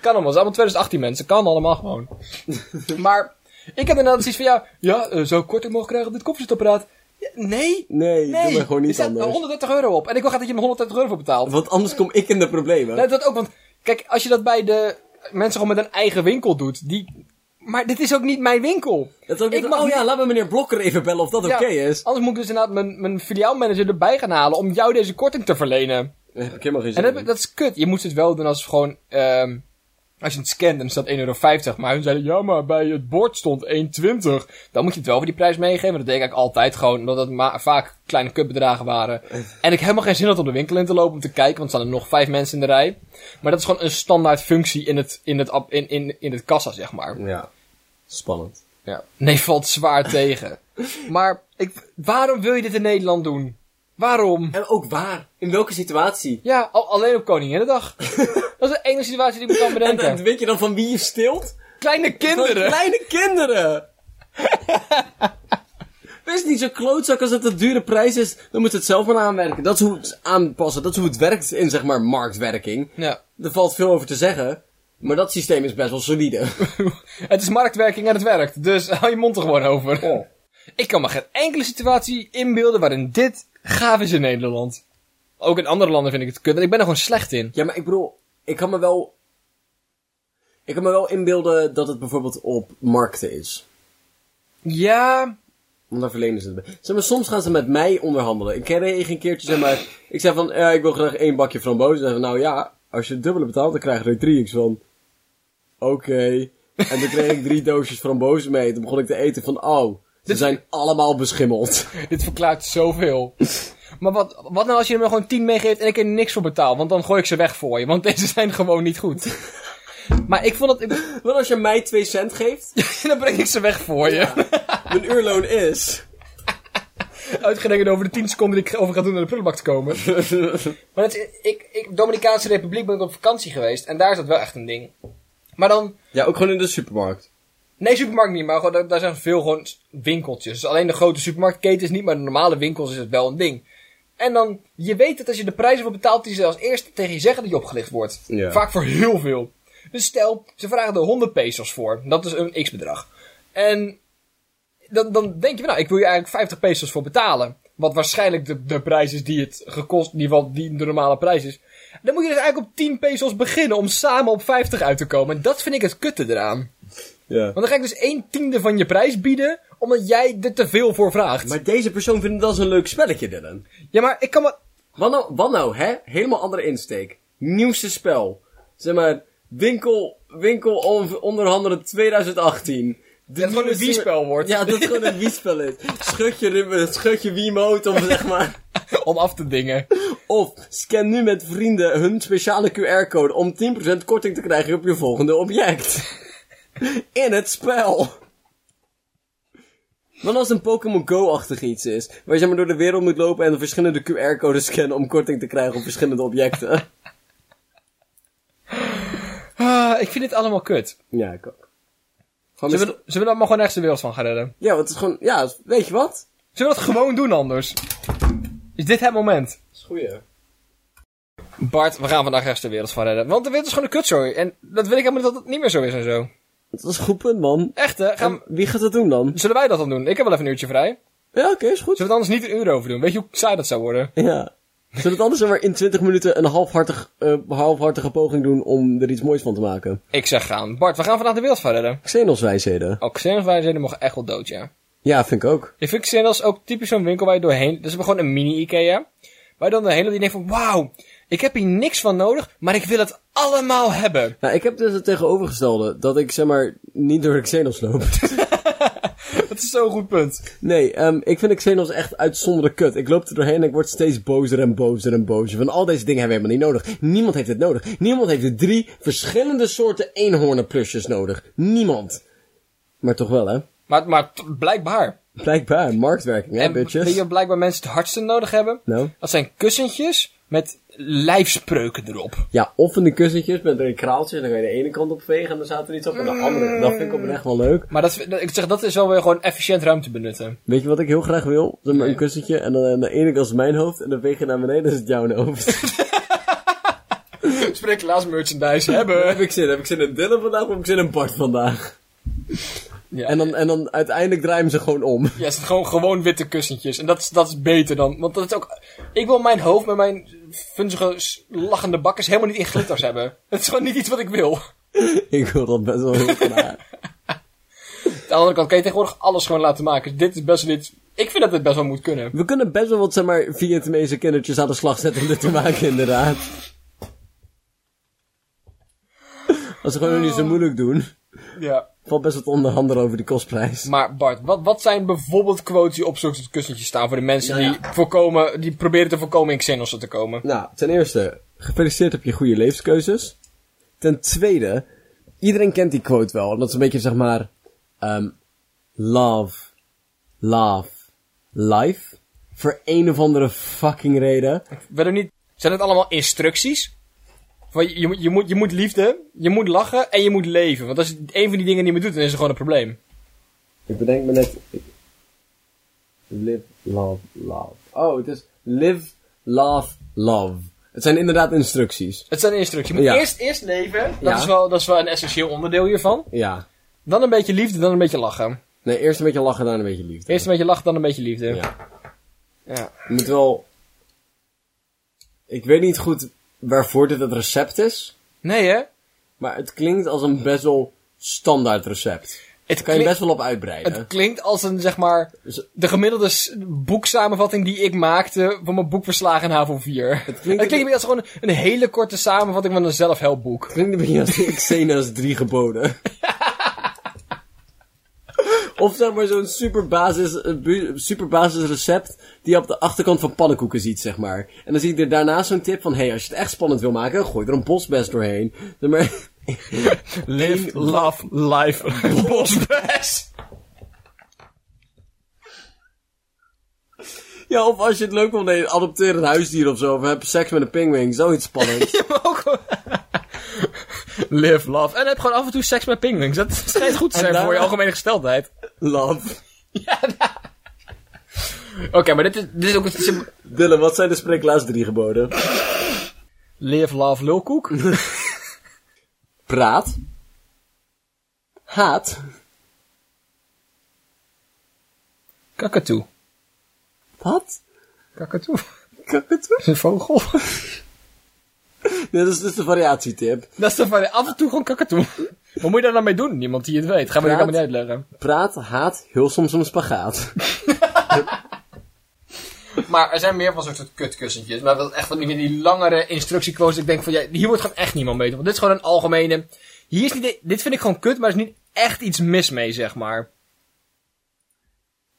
[SPEAKER 2] Kan allemaal, het zijn allemaal 2018 mensen, kan allemaal gewoon.
[SPEAKER 1] [LAUGHS]
[SPEAKER 2] maar ik heb inderdaad zoiets van, ja, ja eh, zou ik korting mogen krijgen op dit koffiezetapparaat? Ja, nee.
[SPEAKER 1] Nee, doe maar gewoon niet
[SPEAKER 2] er staat
[SPEAKER 1] anders.
[SPEAKER 2] 130 euro op. En ik wil graag dat je me 130 euro voor betaalt.
[SPEAKER 1] Want anders kom ik in de problemen.
[SPEAKER 2] Nee, dat ook, want kijk, als je dat bij de mensen gewoon met een eigen winkel doet, die... Maar dit is ook niet mijn winkel.
[SPEAKER 1] Dat is ook niet
[SPEAKER 2] Ik
[SPEAKER 1] van,
[SPEAKER 2] mag
[SPEAKER 1] oh
[SPEAKER 2] niet-
[SPEAKER 1] ja, laat me meneer Blokker even bellen of dat
[SPEAKER 2] Ja,
[SPEAKER 1] oké is.
[SPEAKER 2] Anders moet ik dus inderdaad mijn, mijn filiaalmanager erbij gaan halen om jou deze korting te verlenen.
[SPEAKER 1] Daar heb ik helemaal geen
[SPEAKER 2] En
[SPEAKER 1] zin
[SPEAKER 2] dat,
[SPEAKER 1] in.
[SPEAKER 2] dat is kut. Je moet het wel doen als het gewoon. ehm, als je het scant en staat 1,50 euro. Maar hun zeiden, ja, maar bij het bord stond 1,20. Dan moet je het wel voor die prijs meegeven. Dat deed ik eigenlijk altijd gewoon. Omdat het ma- vaak kleine kutbedragen waren. En ik heb helemaal geen zin had om de winkel in te lopen om te kijken. Want er staan er nog vijf mensen in de rij. Maar dat is gewoon een standaard functie in het, in het, ab- in, in, in het kassa, zeg maar.
[SPEAKER 1] Ja. Spannend.
[SPEAKER 2] Ja. Nee, valt zwaar tegen. Maar ik, waarom wil je dit in Nederland doen? Waarom?
[SPEAKER 1] En ook waar? In welke situatie?
[SPEAKER 2] Ja, al- alleen
[SPEAKER 1] [LAUGHS]
[SPEAKER 2] op Koninginnedag. dat is de enige situatie die ik me kan
[SPEAKER 1] En
[SPEAKER 2] bedenken.
[SPEAKER 1] dan weet je dan van wie je stilt?
[SPEAKER 2] Kleine
[SPEAKER 1] Van
[SPEAKER 2] kinderen!
[SPEAKER 1] kleine kinderen! [LAUGHS] Wees niet zo klootzak als dat het dure prijs is. Dan moet het zelf maar aanwerken. Dat is hoe het aanpassen. Dat is hoe het werkt in, zeg maar, marktwerking.
[SPEAKER 2] [LAUGHS] Ja. [LAUGHS]
[SPEAKER 1] Er valt veel over te zeggen. Maar dat systeem is best wel solide.
[SPEAKER 2] het is marktwerking en het werkt. Dus [LAUGHS] hou je mond er gewoon over. Ik kan me geen enkele situatie inbeelden waarin dit gaaf is in Nederland. Ook in andere landen vind ik het kut, want ik ben er gewoon slecht in.
[SPEAKER 1] Ja, maar ik bedoel, ik kan me wel... Ik kan me wel inbeelden dat het bijvoorbeeld op markten is.
[SPEAKER 2] Ja,
[SPEAKER 1] Want daar verlenen ze het bij. Zeg maar, soms gaan ze met mij onderhandelen. Ik kreeg een keertje, zeg maar... Ik zei van, eh, ik wil graag één bakje frambozen. En van, nou ja, als je het dubbele betaalt, dan krijg je er drie. Ik zei van, oké. En toen kreeg ik drie doosjes frambozen mee. Toen begon ik te eten van, oh, ze zijn allemaal beschimmeld. [LAUGHS]
[SPEAKER 2] dit verklaart zoveel. Maar wat, wat nou als je er maar gewoon 10 meegeeft en ik er niks voor betaal? Want dan gooi ik ze weg voor je, want [LAUGHS] deze zijn gewoon niet
[SPEAKER 1] [LAUGHS]
[SPEAKER 2] goed. Maar ik vond dat... Ik,
[SPEAKER 1] Want als je mij twee cent geeft,
[SPEAKER 2] [LAUGHS] dan breng ik ze weg voor je.
[SPEAKER 1] mijn uurloon is...
[SPEAKER 2] Uitgerekend over de 10 seconden die ik over ga doen naar de prullenbak te komen. Maar het, is- ik, ik, Dominicaanse Republiek ben ik op vakantie geweest en daar is dat wel echt een ding. Maar dan...
[SPEAKER 1] [LAUGHS] ja, ook gewoon in de supermarkt.
[SPEAKER 2] Nee, supermarkt niet, maar gewoon, daar, daar zijn veel gewoon s- winkeltjes. Dus alleen de grote supermarktketens niet, maar de normale winkels is het wel een ding. En dan, je weet dat als je de prijzen voor betaalt, die ze als eerste tegen je zeggen dat je opgelicht wordt.
[SPEAKER 1] Ja.
[SPEAKER 2] Vaak voor heel veel. Dus stel, ze vragen er 100 pesos voor. Dat is een x-bedrag. En dan, dan denk je, nou, ik wil je eigenlijk 50 pesos voor betalen. Wat waarschijnlijk de, de prijs is die het gekost, die, wat, die de normale prijs is. Dan moet je dus eigenlijk op 10 pesos beginnen om samen op 50 uit te komen. En dat vind ik het kutte eraan.
[SPEAKER 1] Ja.
[SPEAKER 2] Want dan ga ik dus een tiende van je prijs bieden, omdat jij er te veel voor vraagt.
[SPEAKER 1] Maar deze persoon vindt dat een leuk spelletje, Dylan.
[SPEAKER 2] Ja, maar ik kan maar...
[SPEAKER 1] Wat nou, wat nou, hè? Helemaal andere insteek. Nieuwste spel. Zeg maar, winkel, winkel on- onderhandelen 2018. De
[SPEAKER 2] het gewoon
[SPEAKER 1] nieuwe
[SPEAKER 2] een Wii-spel wordt.
[SPEAKER 1] Ja, dat het gewoon een Wii-spel is. Schud je, rubber- schud je Wiimote of zeg maar.
[SPEAKER 2] [LAUGHS] Om af te dingen.
[SPEAKER 1] Of scan nu met vrienden hun speciale QR-code om 10% korting te krijgen op je volgende [LAUGHS] object. In het spel. Wat als een Pokémon Go-achtig iets is, waar je zeg maar door de wereld moet lopen en verschillende QR-codes scannen om korting te krijgen op verschillende objecten?
[SPEAKER 2] Ah, ik vind dit allemaal kut.
[SPEAKER 1] [LAUGHS] Ja, ik ook. Gewoon
[SPEAKER 2] Zullen
[SPEAKER 1] mis-
[SPEAKER 2] we, zullen we daar maar gewoon echt de wereld van gaan redden?
[SPEAKER 1] Ja, want het is gewoon... Ja, weet je wat?
[SPEAKER 2] Zullen we dat gewoon doen anders? Is dit het moment?
[SPEAKER 1] Dat is goeie.
[SPEAKER 2] Bart, we gaan vandaag echt de wereld van redden. Want de wereld is gewoon een kutzooi. En dat wil ik helemaal niet dat het niet meer zo is en zo.
[SPEAKER 1] Dat is een goed punt, man.
[SPEAKER 2] Echt, hè? Gaan we-
[SPEAKER 1] Wie gaat dat doen dan?
[SPEAKER 2] Zullen wij dat dan doen? Ik heb wel even een uurtje vrij.
[SPEAKER 1] Ja, oké, is goed.
[SPEAKER 2] Zullen we het anders niet een uur over doen? Weet je hoe saai dat zou worden?
[SPEAKER 1] Ja. Zullen we het anders maar in 20 minuten een halfhartig, eh, halfhartige poging doen om er iets moois van te maken?
[SPEAKER 2] Ik zeg gaan. Bart, we gaan vandaag de wereld van redden.
[SPEAKER 1] Xenos-wijsheden.
[SPEAKER 2] Ook Xenos-wijsheden mogen echt wel dood, ja.
[SPEAKER 1] Ja, vind ik ook.
[SPEAKER 2] Ik vind Xenos ook typisch zo'n winkel waar je doorheen... Dus we hebben gewoon een mini-Ikea. Waar je dan doorheen loopt en je denkt van... Wauw, ik heb hier niks van nodig, maar ik wil het allemaal hebben.
[SPEAKER 1] Nou, ik heb dus het tegenovergestelde. Dat ik, zeg maar, niet door de Xenos loop. [LAUGHS]
[SPEAKER 2] Dat is zo'n goed punt.
[SPEAKER 1] Nee, ehm, ik vind Xenos echt uitzonderlijk kut. Ik loop er doorheen en ik word steeds bozer en bozer en bozer. Van al deze dingen hebben we helemaal niet nodig. Niemand heeft het nodig. Niemand heeft de drie verschillende soorten eenhoornenplusjes nodig. Niemand. Maar toch wel, hè?
[SPEAKER 2] Maar, maar t- blijkbaar.
[SPEAKER 1] Blijkbaar, marktwerking, hè,
[SPEAKER 2] En weet
[SPEAKER 1] bitches?
[SPEAKER 2] je wat blijkbaar mensen het hardste nodig hebben?
[SPEAKER 1] Nou?
[SPEAKER 2] Dat zijn kussentjes met lijfspreuken erop.
[SPEAKER 1] Ja, of van die kussentjes met een kraaltje. En dan kan je de ene kant op vegen en dan staat er iets op. En de
[SPEAKER 2] Mm.
[SPEAKER 1] andere, dat vind ik oprecht wel leuk.
[SPEAKER 2] Maar dat, dat- ik zeg, dat is wel weer gewoon efficiënt ruimte benutten.
[SPEAKER 1] Weet je wat ik heel graag wil? Zeg maar een kussentje en dan aan de ene kant is mijn hoofd. En dan veeg je naar beneden, dan is het jouw
[SPEAKER 2] [LAUGHS]
[SPEAKER 1] hoofd.
[SPEAKER 2] Spreek laatst merchandise hebben.
[SPEAKER 1] heb ik zin? Heb ik zin in Dylan vandaag of heb ik zin in Bart vandaag?
[SPEAKER 2] Ja,
[SPEAKER 1] En dan, en dan uiteindelijk draaien ze gewoon om. [LAUGHS]
[SPEAKER 2] Ja, het zijn gewoon, gewoon witte kussentjes. En dat is, dat is beter dan. Want dat is ook. Ik wil mijn hoofd met mijn funzige, s- lachende bakkers helemaal niet in glitters hebben. [LAUGHS] Dat is gewoon niet iets wat ik wil.
[SPEAKER 1] ik wil dat best wel heel graag.
[SPEAKER 2] Aan de andere kant kan je tegenwoordig alles gewoon laten maken. Dus dit is best wel iets. Ik vind dat dit best wel moet kunnen.
[SPEAKER 1] We kunnen best wel wat, zeg maar, Vietnamese kindertjes aan de slag zetten om dit te maken, inderdaad. Als ze gewoon nog niet
[SPEAKER 2] Oh.
[SPEAKER 1] zo moeilijk doen,
[SPEAKER 2] Ja.
[SPEAKER 1] valt best wat onderhandelen over die kostprijs.
[SPEAKER 2] Maar Bart, wat, wat zijn bijvoorbeeld quotes die op zo'n kussentje staan voor de mensen die, voorkomen, die proberen te voorkomen in Xenos te komen?
[SPEAKER 1] Nou, ten eerste, gefeliciteerd op je goede levenskeuzes. Ten tweede, iedereen kent die quote wel. Omdat ze een beetje, zeg maar, ehm, love, love, life. Voor een of andere fucking reden.
[SPEAKER 2] Werden niet, zijn het allemaal instructies? Van, je, je, moet- je, moet, je moet liefde, je moet lachen en je moet leven. Want als je een van die dingen niet meer doet, dan is er gewoon een probleem.
[SPEAKER 1] Ik bedenk me net. Live, love, love. Oh, het is live, love, love. Het zijn inderdaad instructies.
[SPEAKER 2] Het zijn instructies. Je moet
[SPEAKER 1] Ja.
[SPEAKER 2] eerst, eerst leven. Dat,
[SPEAKER 1] Ja.
[SPEAKER 2] is wel, dat is wel een essentieel onderdeel hiervan.
[SPEAKER 1] Ja.
[SPEAKER 2] Dan een beetje liefde, dan een beetje lachen.
[SPEAKER 1] Nee, eerst een beetje lachen, dan een beetje liefde.
[SPEAKER 2] Eerst een beetje lachen, dan een beetje liefde.
[SPEAKER 1] Ja.
[SPEAKER 2] Ja.
[SPEAKER 1] Je moet wel... Ik weet niet goed waarvoor dit het recept is.
[SPEAKER 2] Nee, hè?
[SPEAKER 1] Maar het klinkt als een best wel standaard recept.
[SPEAKER 2] Het,
[SPEAKER 1] Daar kan je
[SPEAKER 2] klink-
[SPEAKER 1] best wel op uitbreiden.
[SPEAKER 2] het klinkt als een, zeg maar,
[SPEAKER 1] Dus-
[SPEAKER 2] de gemiddelde s- boeksamenvatting die ik maakte van mijn boekverslagen in HAVO 4. Het klinkt,
[SPEAKER 1] klinkt-
[SPEAKER 2] het klinkt meer als gewoon een hele korte samenvatting van een zelfhelpboek.
[SPEAKER 1] Klinkt een beetje [LAUGHS] als Xena's drie geboden. [LAUGHS] Of zeg maar zo'n superbasis, een bu- superbasis recept die je op de achterkant van pannenkoeken ziet, zeg maar. En dan zie ik er daarnaast zo'n tip van, hé, hey, als je het echt spannend wil maken, gooi er een bosbest doorheen. [LAUGHS] Zeg maar,
[SPEAKER 2] Live, love, life, [LAUGHS] bosbes.
[SPEAKER 1] ja, of als je het leuk wil, nee, adopteer een huisdier of zo, of heb seks met een pinguïn, zoiets spannend.
[SPEAKER 2] Je mag ook gewoon- Live, love. En heb gewoon af en toe seks met pinguïns. Dat schijnt goed te
[SPEAKER 1] En
[SPEAKER 2] zijn
[SPEAKER 1] daarna-
[SPEAKER 2] voor je algemene gesteldheid.
[SPEAKER 1] Love.
[SPEAKER 2] Oké, maar dit is, dit is ook een...
[SPEAKER 1] Dylan, wat zijn de spreeklaas drie geboden?
[SPEAKER 2] Live, love, [LAUGHS] lulkoek.
[SPEAKER 1] Praat. Haat.
[SPEAKER 2] Kakatoe.
[SPEAKER 1] Wat?
[SPEAKER 2] Kakatoe.
[SPEAKER 1] Kakatoe?
[SPEAKER 2] Dat is een vogel. [LAUGHS]
[SPEAKER 1] Ja, dat is dus de variatietip.
[SPEAKER 2] Dat is toch van af en toe gewoon kakatoe. Wat moet je daar dan mee doen? Niemand die het weet. Gaan we
[SPEAKER 1] Praat.
[SPEAKER 2] dat niet uitleggen.
[SPEAKER 1] Praat, haat, heel soms een spagaat.
[SPEAKER 2] Maar er zijn meer van zo'n soort kutkussentjes. Maar dat is echt van die, die langere instructiequotes. Ik denk van, ja, hier wordt gewoon echt niemand mee. Want dit is gewoon een algemene... Hier is niet, dit vind ik gewoon kut, maar er is niet echt iets mis mee, zeg maar.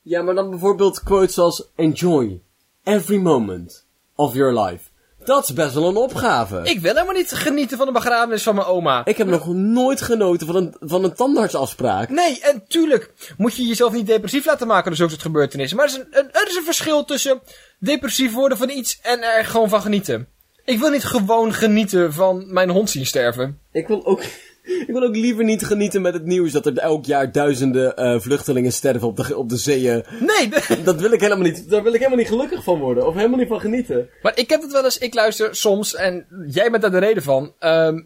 [SPEAKER 1] Ja, maar dan bijvoorbeeld quotes als enjoy every moment of your life. Dat is best wel een opgave. Ik,
[SPEAKER 2] Ik wil helemaal niet genieten van de begrafenis van mijn oma.
[SPEAKER 1] heb nog nooit genoten van een, van een tandartsafspraak.
[SPEAKER 2] Nee, en tuurlijk moet je jezelf niet depressief laten maken door zulke soort gebeurtenissen. Maar er is een, een- er is een verschil tussen depressief worden van iets en er gewoon van genieten. Ik wil niet gewoon genieten van mijn hond zien sterven.
[SPEAKER 1] Ik wil ook, [LAUGHS] ik wil ook liever niet genieten met het nieuws dat er elk jaar duizenden eh, vluchtelingen sterven op de, ge- op de zeeën.
[SPEAKER 2] Nee, [LAUGHS] de-
[SPEAKER 1] Dat wil ik helemaal niet, daar wil ik helemaal niet gelukkig van worden. Of helemaal niet van genieten.
[SPEAKER 2] maar ik heb het wel eens, ik luister soms, en jij bent daar de reden van, ehm,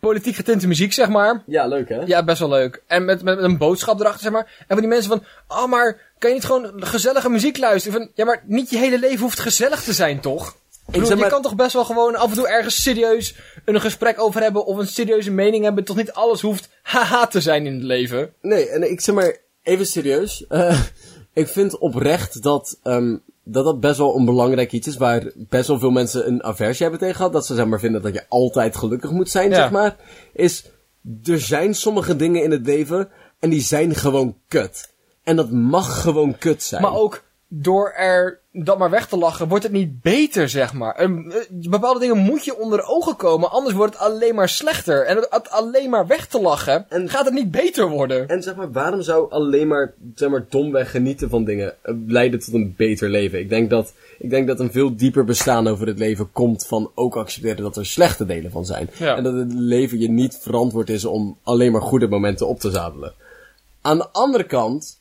[SPEAKER 2] politiek getinte muziek, zeg maar.
[SPEAKER 1] Ja, leuk hè?
[SPEAKER 2] Ja, best wel leuk. En met, met, met een boodschap erachter, zeg maar. En van die mensen van, oh, maar kan je niet gewoon gezellige muziek luisteren? Van, ja, maar niet je hele leven hoeft gezellig te zijn, toch? Ik bedoel,
[SPEAKER 1] zeg maar-
[SPEAKER 2] je kan toch best wel gewoon af en toe ergens serieus een gesprek over hebben of een serieuze mening hebben. Toch niet alles hoeft haha te zijn in het leven.
[SPEAKER 1] Nee, en ik zeg maar even serieus. eh, [LAUGHS] ik vind oprecht dat, ehm, dat dat best wel een belangrijk iets is waar best wel veel mensen een aversie hebben tegen gehad. Dat ze zeg maar vinden dat je altijd gelukkig moet zijn,
[SPEAKER 2] Ja.
[SPEAKER 1] zeg maar. Is er zijn sommige dingen in het leven en die zijn gewoon kut. En dat mag gewoon kut zijn.
[SPEAKER 2] Maar ook door er dat maar weg te lachen, wordt het niet beter, zeg maar. Een- eh, bepaalde dingen moet je onder ogen komen, anders wordt het alleen maar slechter. En het, het alleen maar weg te lachen,
[SPEAKER 1] En-
[SPEAKER 2] gaat het niet beter worden.
[SPEAKER 1] En zeg maar, waarom zou alleen maar, zeg maar domweg genieten van dingen eh, leiden tot een beter leven? Ik denk, dat, ik denk dat een veel dieper bestaan over het leven komt van ook accepteren dat er slechte delen van zijn.
[SPEAKER 2] Ja.
[SPEAKER 1] En dat het leven je niet verantwoord is om alleen maar goede momenten op te zadelen. Aan de andere kant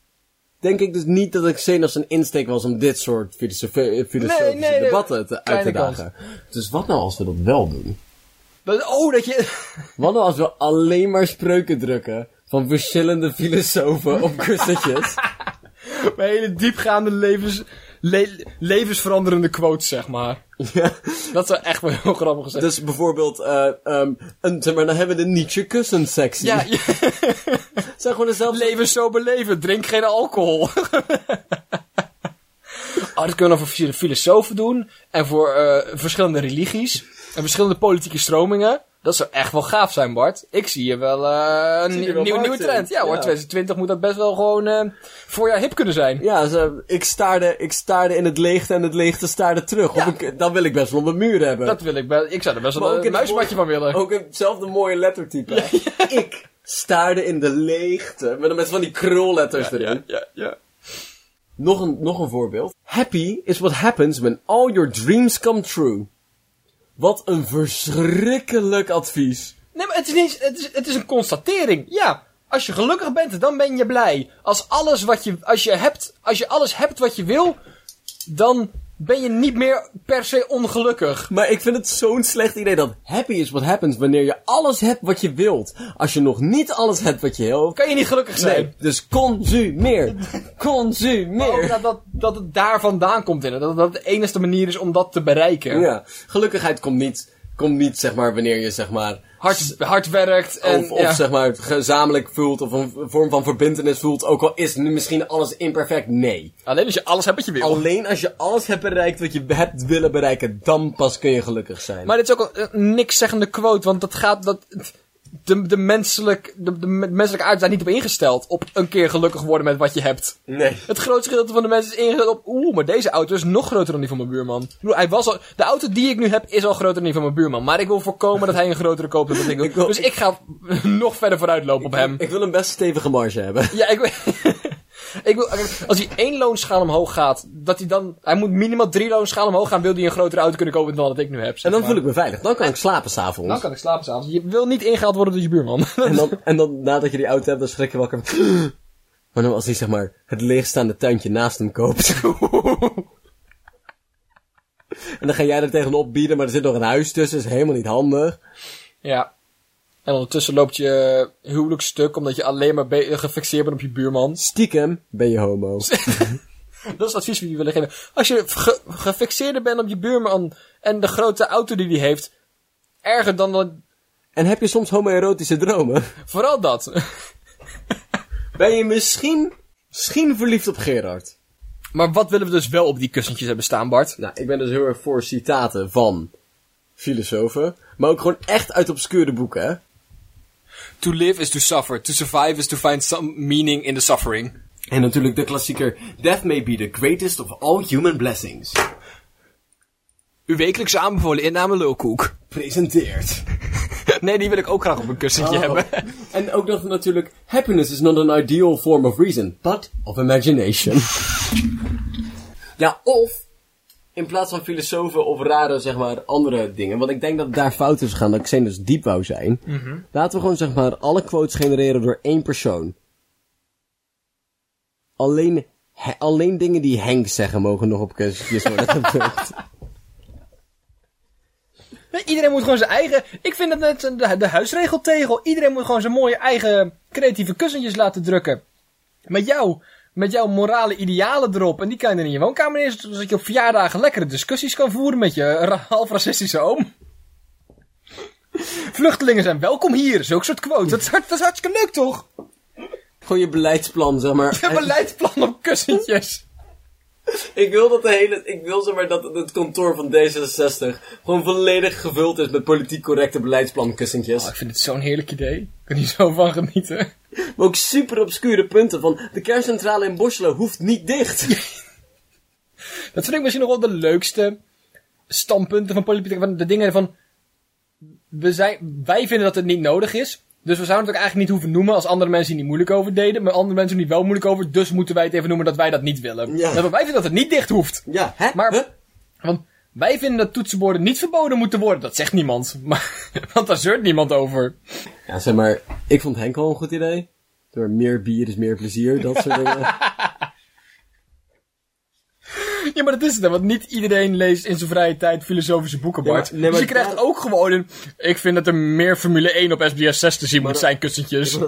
[SPEAKER 1] denk ik dus niet dat Xenos een insteek was om dit soort filosofe- filosofische
[SPEAKER 2] Nee, nee, nee.
[SPEAKER 1] debatten te, uit te
[SPEAKER 2] Kleine kans.
[SPEAKER 1] dagen. Dus wat nou als we dat wel doen?
[SPEAKER 2] Dat- oh, dat je...
[SPEAKER 1] Wat nou als we alleen maar spreuken drukken van verschillende filosofen op kussentjes?
[SPEAKER 2] Mijn hele diepgaande levens, le- levensveranderende quotes, zeg maar.
[SPEAKER 1] [LAUGHS] Ja,
[SPEAKER 2] Dat zou echt wel heel grappig zijn.
[SPEAKER 1] dus bijvoorbeeld, eh ehm een, zeg maar, dan hebben we de Nietzsche-kussensectie.
[SPEAKER 2] ja,
[SPEAKER 1] Ja,
[SPEAKER 2] je
[SPEAKER 1] zijn gewoon dezelfde...
[SPEAKER 2] [LAUGHS] leven is zo beleven. Drink geen alcohol. [LAUGHS] Oh, dat kunnen we dan voor filosofen doen. En voor eh, verschillende religies. En verschillende politieke stromingen. Dat zou echt wel gaaf zijn, Bart. Ik zie je wel eh, een
[SPEAKER 1] zie je wel
[SPEAKER 2] nieuw- nieuwe
[SPEAKER 1] markt in.
[SPEAKER 2] trend. Ja hoor,
[SPEAKER 1] Ja.
[SPEAKER 2] 2020 moet dat best wel gewoon eh voorjaar hip kunnen zijn.
[SPEAKER 1] Ja, ze, ik, staarde, ik staarde in het leegte en het leegte staarde terug.
[SPEAKER 2] Ja.
[SPEAKER 1] Of ik, dat wil ik best wel op mijn muur hebben.
[SPEAKER 2] Dat wil ik wel. Ik zou er best
[SPEAKER 1] Maar ook
[SPEAKER 2] wel
[SPEAKER 1] in
[SPEAKER 2] een
[SPEAKER 1] het
[SPEAKER 2] muismatje van willen.
[SPEAKER 1] Ook hetzelfde mooie [LAUGHS] lettertype. Ik staarde in de leegte. Met, met van die krulletters erin.
[SPEAKER 2] ja, ja.
[SPEAKER 1] Nog, een, nog een voorbeeld. Happy is what happens when all your dreams come true. Wat een verschrikkelijk advies.
[SPEAKER 2] Nee, maar het is, niet, het is, het is een constatering. Ja, Als je gelukkig bent, dan ben je blij. Als, alles wat je, als, je hebt, als je alles hebt wat je wil, dan ben je niet meer per se ongelukkig.
[SPEAKER 1] Maar ik vind het zo'n slecht idee dat happy is what happens wanneer je alles hebt wat je wilt. Als je nog niet alles hebt wat je wil.
[SPEAKER 2] Kan je niet gelukkig zijn.
[SPEAKER 1] Nee, dus
[SPEAKER 2] [LAUGHS]
[SPEAKER 1] consumeer.
[SPEAKER 2] Maar ook
[SPEAKER 1] Consumeer.
[SPEAKER 2] dat, dat, dat het daar vandaan komt in. Dat dat de enige manier is om dat te bereiken.
[SPEAKER 1] Ja, gelukkigheid komt niet, komt niet zeg maar wanneer je zeg maar...
[SPEAKER 2] Hard, hard werkt en...
[SPEAKER 1] of, of
[SPEAKER 2] ja.
[SPEAKER 1] zeg maar gezamenlijk voelt of een vorm van verbindenis voelt. Ook al is nu misschien alles imperfect, nee.
[SPEAKER 2] Alleen als je alles hebt wat je wil.
[SPEAKER 1] Alleen als je alles hebt bereikt wat je hebt willen bereiken, dan pas kun je gelukkig zijn.
[SPEAKER 2] Maar dit is ook een, een niks zeggende quote, want dat gaat. Dat, de, de, menselijk, de, de me- menselijke aard is daar niet op ingesteld. Op een keer gelukkig worden met wat je hebt.
[SPEAKER 1] nee.
[SPEAKER 2] Het grootste gedeelte van de mensen is ingesteld op. Oeh, maar deze auto is nog groter dan die van mijn buurman. Ik bedoel, hij was al, de auto die ik nu heb is al groter dan die van mijn buurman. Maar ik wil voorkomen dat hij een grotere koopt dan dat
[SPEAKER 1] [LAUGHS]
[SPEAKER 2] ik wil.
[SPEAKER 1] Ik wil-
[SPEAKER 2] dus ik ga [LAUGHS] nog verder vooruitlopen op hem.
[SPEAKER 1] Ik wil een best stevige marge hebben.
[SPEAKER 2] Ja, ik wil. [LAUGHS] Ik wil, als hij één loonschaal omhoog gaat, dat hij dan. Hij moet minimaal drie loonschaal omhoog gaan, wil hij een grotere auto kunnen kopen dan dat ik nu heb. zeg
[SPEAKER 1] En dan
[SPEAKER 2] maar.
[SPEAKER 1] voel ik me veilig. Dan kan ik slapen s'avonds.
[SPEAKER 2] Dan kan ik slapen s'avonds. Je wil niet ingehaald worden door je buurman. [LAUGHS]
[SPEAKER 1] En dan, en dan nadat je die auto hebt, dan schrik je wakker. [GASPS] van, Maar dan als hij zeg maar het leegstaande tuintje naast hem koopt. [LAUGHS] en dan ga jij er tegenop bieden, maar er zit nog een huis tussen, is helemaal niet handig.
[SPEAKER 2] ja. En ondertussen loopt je huwelijk stuk omdat je alleen maar be- gefixeerd bent op je buurman.
[SPEAKER 1] Stiekem ben je [LAUGHS] homo.
[SPEAKER 2] Dat is het advies wat we je willen geven. Als je ge- gefixeerder bent op je buurman en de grote auto die die heeft, erger dan dat.
[SPEAKER 1] En heb je soms homoerotische dromen?
[SPEAKER 2] Vooral dat. [LAUGHS]
[SPEAKER 1] Ben je misschien, misschien verliefd op Gerard?
[SPEAKER 2] maar wat willen we dus wel op die kussentjes hebben staan, Bart?
[SPEAKER 1] Nou, ik ben dus heel erg voor citaten van filosofen. Maar ook gewoon echt uit obscure boeken, hè?
[SPEAKER 2] To live is to suffer. To survive is to find some meaning in the suffering.
[SPEAKER 1] En natuurlijk de klassieker Death may be the greatest of all human blessings.
[SPEAKER 2] Uw wekelijks aanbevolen inname lulkoek. [LAUGHS]
[SPEAKER 1] Presenteert.
[SPEAKER 2] nee, die wil ik ook graag op een kussentje hebben.
[SPEAKER 1] Oh. En ook nog natuurlijk, happiness is not an ideal form of reason, but of imagination. [LAUGHS] ja, of in plaats van filosofen of rare, zeg maar, andere dingen. Want ik denk dat daar fout is gegaan, dat ik dus diep wou zijn. Laten we gewoon, zeg maar, alle quotes genereren door één persoon. Alleen, he- alleen dingen die Henk zeggen mogen nog op kussentjes worden gedrukt.
[SPEAKER 2] Nee, Iedereen moet gewoon zijn eigen. Ik vind dat net een- de, de huisregeltegel. Iedereen moet gewoon zijn mooie eigen creatieve kussentjes laten drukken. Met jou. Met jouw morale idealen erop. En die kan je dan in je woonkamer neerzetten. Zodat je op verjaardagen lekkere discussies kan voeren met je ra- half racistische oom. [LAUGHS] Vluchtelingen zijn welkom hier. Zulke soort quotes. Dat is, hart- dat is hartstikke leuk toch?
[SPEAKER 1] Gewoon je beleidsplan, zeg maar.
[SPEAKER 2] Een beleidsplan op kussentjes.
[SPEAKER 1] Ik wil dat de hele, ik wil zeg maar dat het kantoor van D66 gewoon volledig gevuld is met politiek correcte
[SPEAKER 2] Oh, ik
[SPEAKER 1] beleidsplankussentjes.
[SPEAKER 2] vind het zo'n heerlijk idee. Ik kan hier zo van genieten.
[SPEAKER 1] Maar ook super obscure punten van de kerncentrale in Borselen hoeft niet dicht.
[SPEAKER 2] Dat vind ik misschien nog wel de leukste standpunten van politiek. Van de dingen van. We zijn, wij vinden dat het niet nodig is. Dus we zouden het ook eigenlijk niet hoeven noemen als andere mensen hier niet moeilijk over deden. Maar andere mensen doen hier wel moeilijk over. Dus moeten wij het even noemen dat wij dat niet willen.
[SPEAKER 1] Ja.
[SPEAKER 2] Dat wij vinden dat het niet dicht hoeft.
[SPEAKER 1] Ja, hè?
[SPEAKER 2] Maar-
[SPEAKER 1] Huh?
[SPEAKER 2] Want wij vinden dat toetsenborden niet verboden moeten worden. Dat zegt niemand. [LAUGHS] Maar, want daar zeurt niemand over.
[SPEAKER 1] Ja, zeg maar, ik vond Henk al een goed idee. Door meer bier is meer plezier, dat soort dingen.
[SPEAKER 2] Ja, maar dat is het. hè, Want niet iedereen leest in zijn vrije tijd filosofische boeken, Bart.
[SPEAKER 1] Ja, maar- nee,
[SPEAKER 2] dus je
[SPEAKER 1] maar
[SPEAKER 2] krijgt
[SPEAKER 1] daar-
[SPEAKER 2] ook gewoon een... Ik vind dat er meer Formule 1 op SBS 6 te zien moet zijn, kussentjes.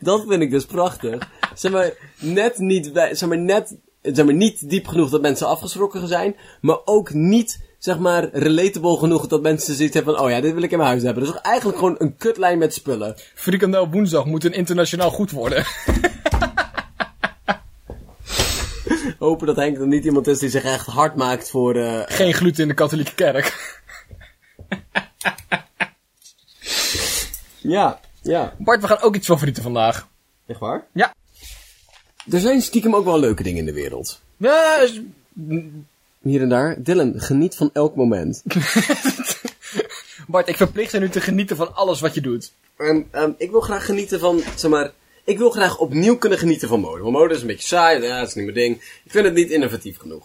[SPEAKER 1] Dat vind ik dus prachtig. Zeg maar, net niet, wij- zeg maar, net, zeg maar, niet diep genoeg dat mensen afgeschrokken zijn, maar ook niet, zeg maar, relatable genoeg dat mensen zoiets hebben van, oh ja, dit wil ik in mijn huis hebben. Dat is toch eigenlijk gewoon een kutlijn met spullen.
[SPEAKER 2] Frikandel woensdag moet een internationaal goed worden. [LAUGHS]
[SPEAKER 1] Hopen dat Henk dan niet iemand is die zich echt hard maakt voor, eh,
[SPEAKER 2] Geen gluten in de katholieke kerk.
[SPEAKER 1] ja, ja.
[SPEAKER 2] Bart, we gaan ook iets van frieten vandaag.
[SPEAKER 1] Echt waar?
[SPEAKER 2] Ja.
[SPEAKER 1] Er zijn stiekem ook wel leuke dingen in de wereld.
[SPEAKER 2] Ja, is-
[SPEAKER 1] Hier en daar. Dylan, geniet van elk moment.
[SPEAKER 2] [LAUGHS] Bart, ik verplicht je nu te genieten van alles wat je doet.
[SPEAKER 1] En ehm, ik wil graag genieten van, zeg maar, ik wil graag opnieuw kunnen genieten van mode. Want mode is een beetje saai, ja, dat is niet mijn ding. Ik vind het niet innovatief genoeg.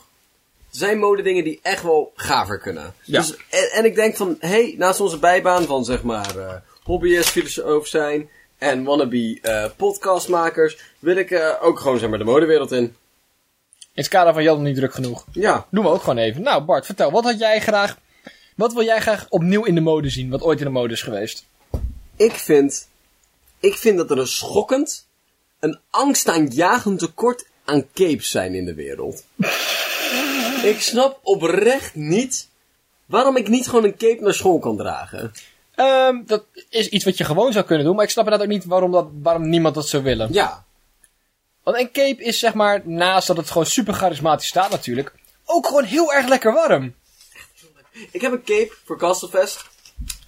[SPEAKER 1] Er zijn modedingen die echt wel gaver kunnen.
[SPEAKER 2] Ja.
[SPEAKER 1] Dus, en, en ik denk van, hé, hey, naast onze bijbaan van, zeg maar, eh hobbyist, filosoof zijn, en wannabe eh, podcastmakers wil ik eh, ook gewoon zeg maar, de modewereld in.
[SPEAKER 2] In het kader van Jan niet druk genoeg.
[SPEAKER 1] Ja,
[SPEAKER 2] Doen we ook gewoon even. Nou, Bart, vertel, wat had jij graag. Wat wil jij graag opnieuw in de mode zien, wat ooit in de mode is geweest?
[SPEAKER 1] ik vind, ik vind dat er een schokkend, een angstaanjagend tekort aan capes zijn in de [LAUGHS] wereld. ik snap oprecht niet waarom ik niet gewoon een cape naar school kan dragen.
[SPEAKER 2] Ehm, dat is iets wat je gewoon zou kunnen doen, maar ik snap inderdaad ook niet waarom, dat, waarom niemand dat zou willen.
[SPEAKER 1] Ja,
[SPEAKER 2] Want een cape is zeg maar, naast dat het gewoon super charismatisch staat natuurlijk, ook gewoon heel erg lekker warm.
[SPEAKER 1] Ik heb een cape voor Castlefest.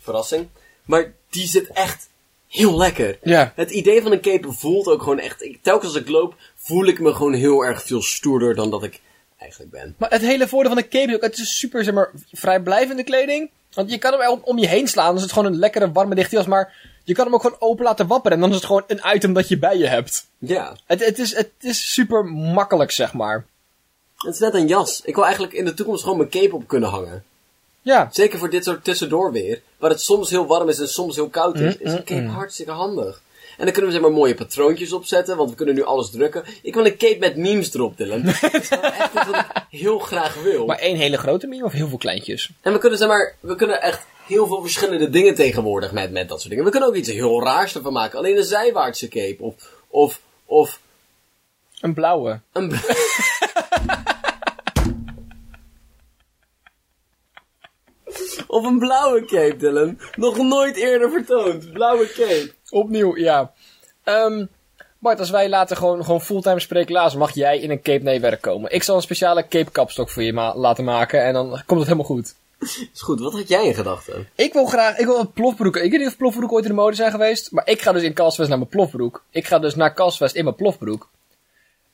[SPEAKER 1] Verrassing. Maar die zit echt heel lekker.
[SPEAKER 2] Ja.
[SPEAKER 1] Het idee van een cape voelt ook gewoon echt... Ik, telkens als ik loop, voel ik me gewoon heel erg veel stoerder dan dat ik eigenlijk ben.
[SPEAKER 2] Maar het hele voordeel van een cape is ook, het is super, zeg maar, vrijblijvende kleding. Want je kan hem om, om je heen slaan, dan is het gewoon een lekkere, warme, dichte jas. Maar je kan hem ook gewoon open laten wapperen en dan is het gewoon een item dat je bij je hebt.
[SPEAKER 1] Ja.
[SPEAKER 2] Het, het, is, het is super makkelijk, zeg maar.
[SPEAKER 1] Het is net een jas. Ik wil eigenlijk in de toekomst gewoon mijn cape op kunnen hangen.
[SPEAKER 2] Ja.
[SPEAKER 1] Zeker voor dit soort tussendoor weer. Waar het soms heel warm is en soms heel koud is. is een cape hartstikke handig. En dan kunnen we zeg maar mooie patroontjes opzetten. Want we kunnen nu alles drukken. Ik wil een cape met memes erop, Dylan. Dat is gewoon echt iets wat ik heel graag wil.
[SPEAKER 2] Maar één hele grote meme of heel veel kleintjes?
[SPEAKER 1] En we kunnen, zeg maar, we kunnen echt heel veel verschillende dingen tegenwoordig met, met dat soort dingen. We kunnen ook iets heel raars ervan maken. Alleen een zijwaartse cape. Of, of, of
[SPEAKER 2] Een blauwe.
[SPEAKER 1] een... b- [LAUGHS] of een blauwe cape, Dylan. Nog nooit eerder vertoond. Blauwe cape.
[SPEAKER 2] Opnieuw, ja. Ehm Bart, als wij later gewoon, gewoon fulltime spreeklaars, mag jij in een cape naar je werk komen. Ik zal een speciale cape kapstok voor je ma- laten maken en dan komt het helemaal goed.
[SPEAKER 1] Is goed, wat had jij in gedachten?
[SPEAKER 2] Ik wil graag, ik wil een plofbroeken. Ik weet niet of plofbroeken ooit in de mode zijn geweest. Maar ik ga dus in Kalsvest naar mijn plofbroek. Ik ga dus naar Kalsvest in mijn plofbroek.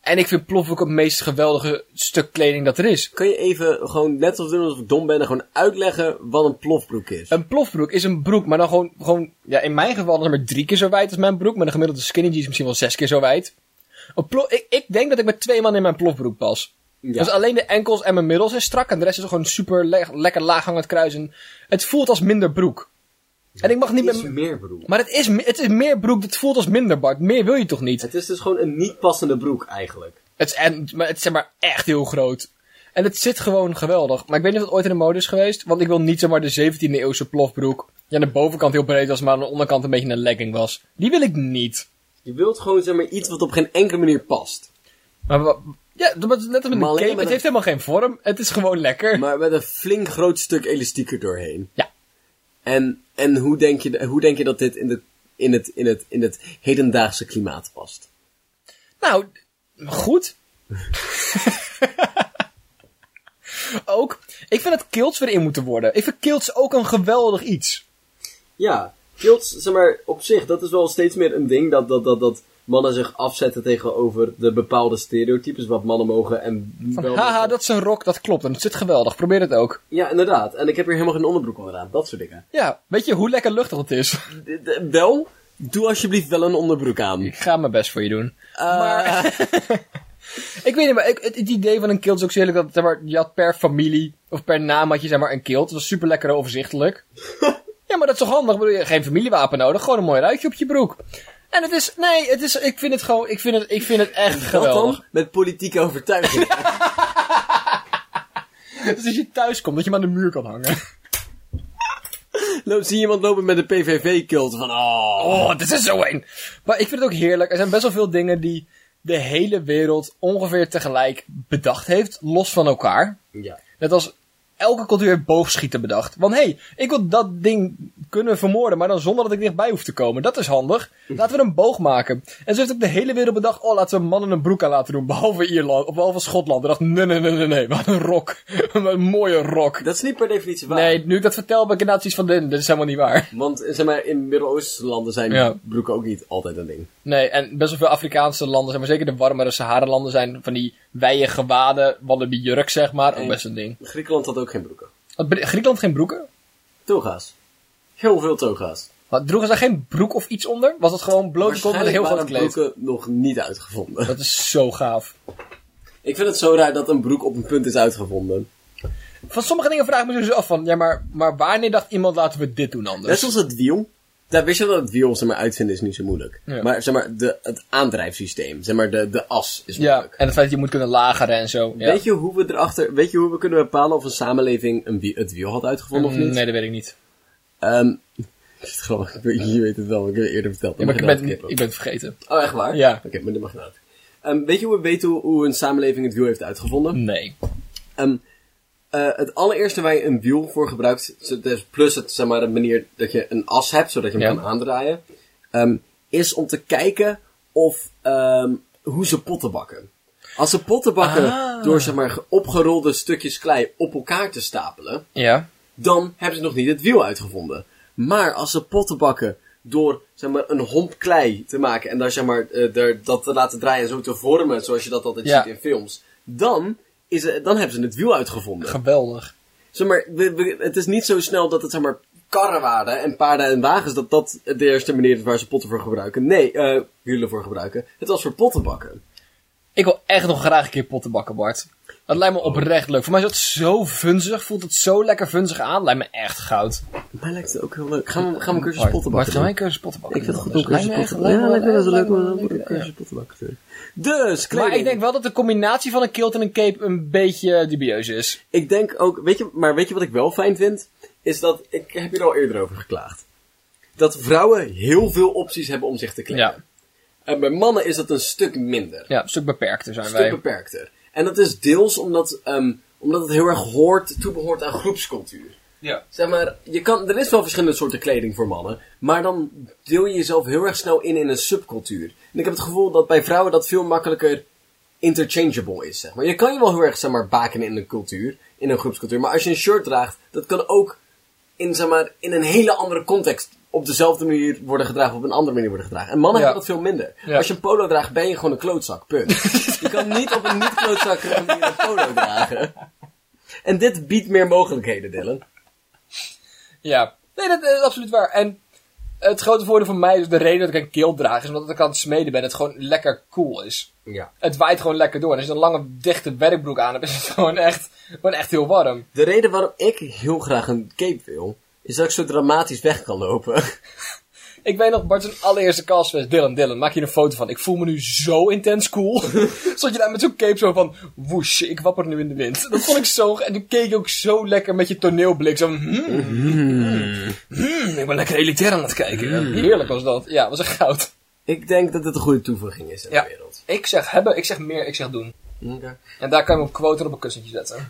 [SPEAKER 2] En ik vind plofbroek het meest geweldige stuk kleding dat er is.
[SPEAKER 1] Kun je even gewoon, net als doen alsof ik dom ben, en gewoon uitleggen wat een plofbroek is?
[SPEAKER 2] Een plofbroek is een broek, maar dan gewoon, gewoon ja, in mijn geval dan maar drie keer zo wijd als mijn broek. Maar een gemiddelde skinny jeans is misschien wel zes keer zo wijd. Een plof, ik, ik denk dat ik met twee man in mijn plofbroek pas.
[SPEAKER 1] Ja.
[SPEAKER 2] Dus alleen de enkels en mijn middels is strak en de rest is gewoon super le- lekker laaghangend kruis. En het voelt als minder broek. En ik mag niet met...
[SPEAKER 1] Iets meer broek.
[SPEAKER 2] Maar het is, me- het is meer broek, dat voelt als minder, Bart. Meer wil je toch niet?
[SPEAKER 1] Het is dus gewoon een niet passende broek eigenlijk.
[SPEAKER 2] Het is, en, maar het is zeg maar echt heel groot. En het zit gewoon geweldig. Maar ik weet niet of het ooit in de mode is geweest. Want ik wil niet zeg maar de 17e eeuwse plofbroek. Die aan de bovenkant heel breed was, maar aan de onderkant een beetje een legging was. Die wil ik niet.
[SPEAKER 1] Je wilt gewoon zeg maar iets wat op geen enkele manier past.
[SPEAKER 2] Maar wa- ja, dat is net als met
[SPEAKER 1] Maar
[SPEAKER 2] een
[SPEAKER 1] alleen
[SPEAKER 2] cape.
[SPEAKER 1] met
[SPEAKER 2] Het
[SPEAKER 1] een-
[SPEAKER 2] heeft helemaal geen vorm. Het is gewoon lekker.
[SPEAKER 1] Maar met een flink groot stuk elastiek er doorheen.
[SPEAKER 2] Ja.
[SPEAKER 1] En, en hoe, denk je, hoe denk je dat dit in, de, in, het, in, het, in het hedendaagse klimaat past?
[SPEAKER 2] Nou,
[SPEAKER 1] [LAUGHS]
[SPEAKER 2] goed. ook, ik vind dat kilts weer in moeten worden. Ik vind kilts ook een geweldig iets.
[SPEAKER 1] Ja, kilts, zeg maar, op zich, dat is wel steeds meer een ding dat, dat, dat, dat mannen zich afzetten tegenover de bepaalde stereotypes wat mannen mogen en
[SPEAKER 2] Van,
[SPEAKER 1] wel-
[SPEAKER 2] haha, dat is een rok, dat klopt. En het zit geweldig. Probeer het ook.
[SPEAKER 1] Ja, inderdaad. En ik heb hier helemaal geen onderbroek onder aan. Dat soort dingen.
[SPEAKER 2] Ja, weet je hoe lekker luchtig het is?
[SPEAKER 1] D- d- wel, doe alsjeblieft wel een onderbroek aan. Eh,
[SPEAKER 2] Ik ga mijn best voor je doen. [LAUGHS] Maar... ik weet niet, maar ik- het, het idee van een kilt is ook zo heerlijk dat zeg maar, je had per familie of per naam had je zeg maar een kilt. Dat was super lekker overzichtelijk. ja, maar dat is toch handig? Ik bedoel, je hebt geen familiewapen nodig, gewoon een mooi ruitje op je broek. En het is, nee, het is, ik vind het gewoon, ik vind het, ik vind het echt
[SPEAKER 1] Dat
[SPEAKER 2] geweldig.
[SPEAKER 1] dan met politieke overtuiging.
[SPEAKER 2] Dus als je thuis komt, dat je hem aan de muur kan hangen. [LAUGHS]
[SPEAKER 1] Loop, zie iemand lopen met een PVV-kilt van, oh.
[SPEAKER 2] Oh, dit is zo een. Maar ik vind het ook heerlijk. Er zijn best wel veel dingen die de hele wereld ongeveer tegelijk bedacht heeft, los van elkaar.
[SPEAKER 1] Ja.
[SPEAKER 2] Net als elke cultuur heeft boogschieten bedacht. Want hé, hey, ik wil dat ding kunnen vermoorden, maar dan zonder dat ik dichtbij hoef te komen. Dat is handig. Laten we een boog maken. En zo heeft ook de hele wereld bedacht, oh laten we mannen een broek aan laten doen. Behalve Ierland, of behalve Schotland. En dacht, nee, nee, nee, nee, nee, we hadden een rok. [LAUGHS] een mooie rok.
[SPEAKER 1] Dat is niet per definitie waar.
[SPEAKER 2] Nee, nu ik dat vertel, ben ik inderdaad iets van, dit dit is helemaal niet waar.
[SPEAKER 1] Want eh, zeg maar, in Midden-Oosten landen zijn
[SPEAKER 2] Ja.
[SPEAKER 1] broeken ook niet altijd een ding.
[SPEAKER 2] Nee, en best wel veel Afrikaanse landen zijn, maar zeker de warmere Sahara-landen zijn van die wijde gewaden, wannabe jurk zeg maar, ook
[SPEAKER 1] Nee.
[SPEAKER 2] best een ding.
[SPEAKER 1] Griekenland had ook geen broeken.
[SPEAKER 2] Had Br- Griekenland geen broeken?
[SPEAKER 1] Toga's. Heel veel toga's.
[SPEAKER 2] Wat, droegen ze daar geen broek of iets onder? Was het gewoon blote kont met een heel groot
[SPEAKER 1] waren
[SPEAKER 2] kleed?
[SPEAKER 1] broeken nog niet uitgevonden. [LAUGHS]
[SPEAKER 2] Dat is zo gaaf.
[SPEAKER 1] Ik vind het zo raar dat een broek op een punt is uitgevonden.
[SPEAKER 2] Van sommige dingen vraag ik me dus af van, ja maar, maar wanneer dacht iemand laten we dit doen
[SPEAKER 1] Net
[SPEAKER 2] anders?
[SPEAKER 1] zoals het wiel. Daar wist je wel dat het wiel, zeg maar, uitvinden is niet zo moeilijk.
[SPEAKER 2] Ja.
[SPEAKER 1] Maar, zeg maar, de, het aandrijfsysteem, zeg maar, de, de as is
[SPEAKER 2] Ja,
[SPEAKER 1] moeilijk.
[SPEAKER 2] en het feit dat je moet kunnen lageren en zo. Ja.
[SPEAKER 1] Weet je hoe we erachter, weet je hoe we kunnen bepalen of een samenleving een wie- het wiel had uitgevonden of
[SPEAKER 2] Mm,
[SPEAKER 1] niet?
[SPEAKER 2] Nee, dat weet ik niet.
[SPEAKER 1] Ehm, [LAUGHS] het is grappig, ik weet- je weet het wel, ik heb het eerder verteld.
[SPEAKER 2] Ja,
[SPEAKER 1] Dan
[SPEAKER 2] maar ik
[SPEAKER 1] mag je
[SPEAKER 2] ben,
[SPEAKER 1] het
[SPEAKER 2] ik ben het vergeten.
[SPEAKER 1] wel. Oh, echt waar?
[SPEAKER 2] Ja.
[SPEAKER 1] Oké, maar dat mag nou. Ehm weet je hoe we weten hoe, hoe een samenleving het wiel heeft uitgevonden?
[SPEAKER 2] Nee.
[SPEAKER 1] Ehm, eh, het allereerste waar je een wiel voor gebruikt, z- dus plus het, zeg maar, de manier dat je een as hebt, zodat je hem
[SPEAKER 2] Ja.
[SPEAKER 1] kan aandraaien, ehm, is om te kijken of, ehm, hoe ze potten bakken. Als ze potten bakken
[SPEAKER 2] Ah.
[SPEAKER 1] door zeg maar, ge- opgerolde stukjes klei op elkaar te stapelen,
[SPEAKER 2] Ja.
[SPEAKER 1] dan hebben ze nog niet het wiel uitgevonden. Maar als ze potten bakken door zeg maar, een homp klei te maken en daar, zeg maar, eh, daar, dat te laten draaien en zo te vormen, zoals je dat altijd
[SPEAKER 2] Ja.
[SPEAKER 1] ziet in films, dan, is, het- dan hebben ze het wiel uitgevonden.
[SPEAKER 2] Geweldig.
[SPEAKER 1] Zeg maar, we- we- het is niet zo snel dat het zeg maar, karren waren en paarden en wagens, dat dat de eerste manier is waar ze potten voor gebruiken. Nee, eh wielen voor gebruiken. Het was voor potten bakken.
[SPEAKER 2] Ik wil echt nog graag een keer potten bakken, Bart. Dat lijkt me
[SPEAKER 1] Oh.
[SPEAKER 2] oprecht leuk. Voor mij is dat zo vunzig. Voelt het zo lekker vunzig aan. Lijkt me echt goud.
[SPEAKER 1] Mij lijkt het ook heel leuk. Gaan we, gaan we een cursus
[SPEAKER 2] Bart,
[SPEAKER 1] potten
[SPEAKER 2] Bart,
[SPEAKER 1] bakken
[SPEAKER 2] gaan wij
[SPEAKER 1] doen?
[SPEAKER 2] een cursus potten bakken?
[SPEAKER 1] Ik vind het goed
[SPEAKER 2] doen,
[SPEAKER 1] om
[SPEAKER 2] Bart?
[SPEAKER 1] cursus
[SPEAKER 2] Lijkt me
[SPEAKER 1] potten bakken. Ja, lijkt me wel zo leuk om
[SPEAKER 2] echt-
[SPEAKER 1] een
[SPEAKER 2] lijkt me-
[SPEAKER 1] cursus potten bakken te doen. Dus, kleding.
[SPEAKER 2] Maar ik denk wel dat de combinatie van een kilt en een cape een beetje dubieus is.
[SPEAKER 1] Ik denk ook, weet je, maar weet je wat ik wel fijn vind? Is dat, ik heb hier al eerder over geklaagd. Dat vrouwen heel veel opties hebben om zich te kleden.
[SPEAKER 2] Ja.
[SPEAKER 1] En bij mannen is dat een stuk minder.
[SPEAKER 2] Ja, een stuk beperkter zijn
[SPEAKER 1] Een
[SPEAKER 2] wij.
[SPEAKER 1] stuk beperkter. En dat is deels omdat, ehm, omdat het heel erg hoort, toebehoort aan groepscultuur.
[SPEAKER 2] Ja.
[SPEAKER 1] Zeg maar, je kan, er is wel verschillende soorten kleding voor mannen, maar dan deel je jezelf heel erg snel in in een subcultuur. En ik heb het gevoel dat bij vrouwen dat veel makkelijker interchangeable is, zeg maar. Je kan je wel heel erg, zeg maar, baken in een cultuur, in een groepscultuur, maar als je een shirt draagt, dat kan ook in, zeg maar, in een hele andere context op dezelfde manier worden gedragen, op een andere manier worden gedragen. En mannen
[SPEAKER 2] Ja.
[SPEAKER 1] hebben dat veel minder.
[SPEAKER 2] Ja.
[SPEAKER 1] Als je een polo draagt, ben je gewoon een klootzak,
[SPEAKER 2] [LAUGHS]
[SPEAKER 1] punt. je kan niet op een niet-klootzakkerige manier een polo dragen. En dit biedt meer mogelijkheden, Dylan.
[SPEAKER 2] Ja, nee, dat, is absoluut waar. En het grote voordeel voor mij is de reden dat ik een kilt draag, is omdat ik aan het smeden ben. Het gewoon lekker cool is.
[SPEAKER 1] Ja.
[SPEAKER 2] Het waait gewoon lekker door. En als je een lange, dichte werkbroek aan hebt, is het [LAUGHS] gewoon echt, gewoon echt heel warm.
[SPEAKER 1] De reden waarom ik heel graag een cape wil, is dat ik zo dramatisch weg kan lopen. [LAUGHS]
[SPEAKER 2] Ik weet nog, Bart, zijn allereerste castfest. Dylan, Dylan, maak hier een foto van. Ik voel me nu zo
[SPEAKER 1] [LAUGHS]
[SPEAKER 2] intens cool. Zat je daar met zo'n cape zo van, woesh, ik wapper nu in de wind. Dat vond ik zo, en toen keek je ook zo lekker met je toneelblik. Zo, van, hmm, hmm, ik ben lekker elitair aan het kijken.
[SPEAKER 1] Hmm.
[SPEAKER 2] Heerlijk was dat. Ja, was echt goud.
[SPEAKER 1] ik denk dat het een goede toevoeging is in
[SPEAKER 2] Ja.
[SPEAKER 1] de wereld.
[SPEAKER 2] Ik zeg hebben, ik zeg meer, ik zeg doen.
[SPEAKER 1] Oké.
[SPEAKER 2] En daar kan je hem op quote en op een kussentje zetten.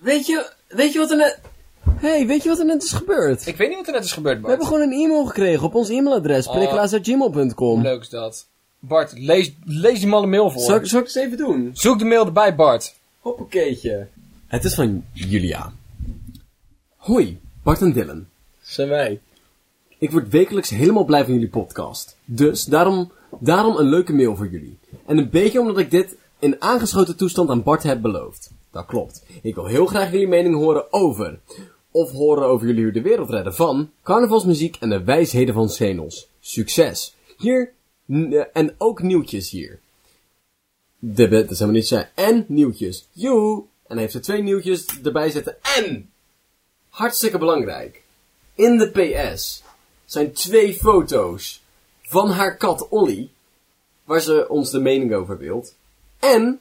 [SPEAKER 1] Weet je, weet je wat er net... hey, weet je wat er net is gebeurd?
[SPEAKER 2] Ik weet niet wat er net is gebeurd,
[SPEAKER 1] We
[SPEAKER 2] Bart.
[SPEAKER 1] hebben gewoon een e-mail gekregen op ons e-mailadres,
[SPEAKER 2] Oh.
[SPEAKER 1] priklaas.gmail.com.
[SPEAKER 2] Hoe leuk is dat? Bart, lees, lees die malle mail voor.
[SPEAKER 1] Zal ik, zal ik het eens even doen?
[SPEAKER 2] Zoek de mail erbij, Bart.
[SPEAKER 1] Hoppakeetje. Het is van Julia. Hoi, Bart en Dylan.
[SPEAKER 2] Zijn wij.
[SPEAKER 1] Ik word wekelijks helemaal blij van jullie podcast. Dus daarom, daarom een leuke mail voor jullie. En een beetje omdat ik dit in aangeschoten toestand aan Bart heb beloofd. Dat klopt. Ik wil heel graag jullie mening horen over. Of horen over jullie de wereld redden van. Carnavalsmuziek en de wijsheden van Senos. Succes. Hier. n- eh, En ook nieuwtjes hier. De, dat zou maar niet zijn. En nieuwtjes. Joehoe. En hij heeft er twee nieuwtjes erbij zitten. En. Hartstikke belangrijk. In de PS zijn twee foto's van haar kat Olly, waar ze ons de mening over wilt. En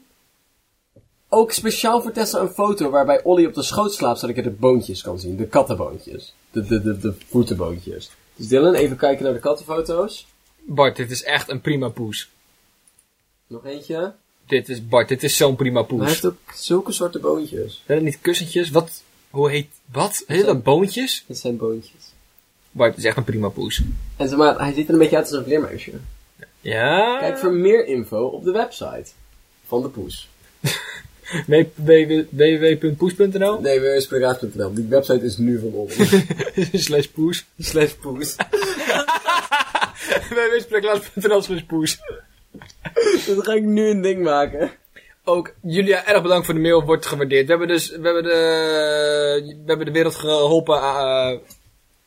[SPEAKER 1] ook speciaal voor Tessa een foto waarbij Olly op de schoot slaapt, zodat ik er de boontjes kan zien. De kattenboontjes. De, de, de, de voetenboontjes. Dus Dylan, even kijken naar de kattenfoto's.
[SPEAKER 2] Bart, dit is echt een prima poes.
[SPEAKER 1] Nog eentje.
[SPEAKER 2] Dit is, Bart, dit is zo'n prima
[SPEAKER 1] Maar hij
[SPEAKER 2] poes.
[SPEAKER 1] heeft ook zulke soorten boontjes.
[SPEAKER 2] Zijn het niet kussentjes? Wat? Hoe heet, wat? Heet dat boontjes?
[SPEAKER 1] Dat zijn boontjes.
[SPEAKER 2] Bart, dit is echt een prima poes.
[SPEAKER 1] En zeg maar, hij ziet er een beetje uit als een vleermuisje.
[SPEAKER 2] Ja?
[SPEAKER 1] Kijk voor meer info op de website van de poes.
[SPEAKER 2] www.poes.nl
[SPEAKER 1] Nee, www.spraakaat.nl. Die website is nu van ons.
[SPEAKER 2] [LAUGHS] slash poes.
[SPEAKER 1] Slash [LAUGHS] poes.
[SPEAKER 2] www.poes.nl slash poes.
[SPEAKER 1] Dan ga ik nu een ding maken.
[SPEAKER 2] Ook Julia, erg bedankt voor de mail. Wordt gewaardeerd. We hebben dus, we hebben de, we hebben de wereld geholpen. eh,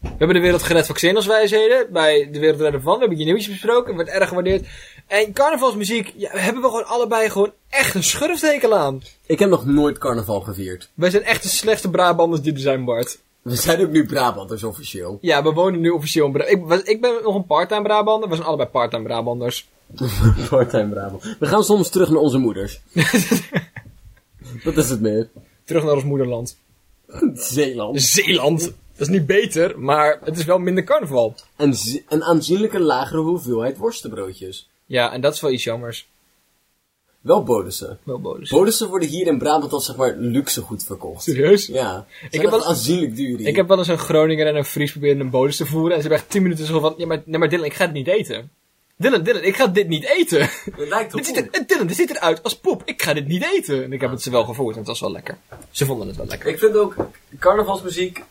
[SPEAKER 2] we hebben de wereld gered van Xenos-wijsheden. Bij de wereld redden van. We hebben je nieuwtjes besproken. Wordt erg gewaardeerd. En carnavalsmuziek ja, hebben we gewoon allebei gewoon echt een schurftekel aan.
[SPEAKER 1] Ik heb nog nooit carnaval gevierd.
[SPEAKER 2] Wij zijn echt de slechtste Brabanders die er zijn, Bart.
[SPEAKER 1] We zijn ook nu Brabanters
[SPEAKER 2] [LAUGHS]
[SPEAKER 1] officieel.
[SPEAKER 2] Ja, we wonen nu officieel in Brabant. Ik, was- ik ben nog een part-time Brabander. We zijn allebei part-time Brabanders.
[SPEAKER 1] Part-time Brabant. We gaan soms terug naar onze
[SPEAKER 2] [LAUGHS]
[SPEAKER 1] moeders. Dat is het meer.
[SPEAKER 2] Terug naar ons moederland. Dus-
[SPEAKER 1] Zeeland.
[SPEAKER 2] Zeeland. Dat is niet beter, maar het is wel minder carnaval.
[SPEAKER 1] Een, zi- een aanzienlijke lagere hoeveelheid worstenbroodjes.
[SPEAKER 2] Ja, en dat is wel iets jammers.
[SPEAKER 1] Wel Bodense.
[SPEAKER 2] Wel bonus.
[SPEAKER 1] Bodense worden hier in Brabant als zeg maar luxe goed verkocht.
[SPEAKER 2] Serieus?
[SPEAKER 1] Ja. ik
[SPEAKER 2] heb
[SPEAKER 1] heb
[SPEAKER 2] wel-
[SPEAKER 1] wel aanzienlijk duur hier.
[SPEAKER 2] Ik heb wel eens een Groninger en een Fries proberen een bonus te voeren. En ze hebben echt 10 minuten zo van: ja, maar, nee, maar Dylan, ik ga dit niet eten. Dylan, Dylan, ik ga dit niet eten.
[SPEAKER 1] Het lijkt
[SPEAKER 2] Dit ziet
[SPEAKER 1] op.
[SPEAKER 2] er, Dylan, dit ziet eruit als poep. Ik ga dit niet eten. En ik heb het ze wel gevoerd en het was wel lekker. Ze vonden het wel lekker.
[SPEAKER 1] Ik vind ook carnavalsmuziek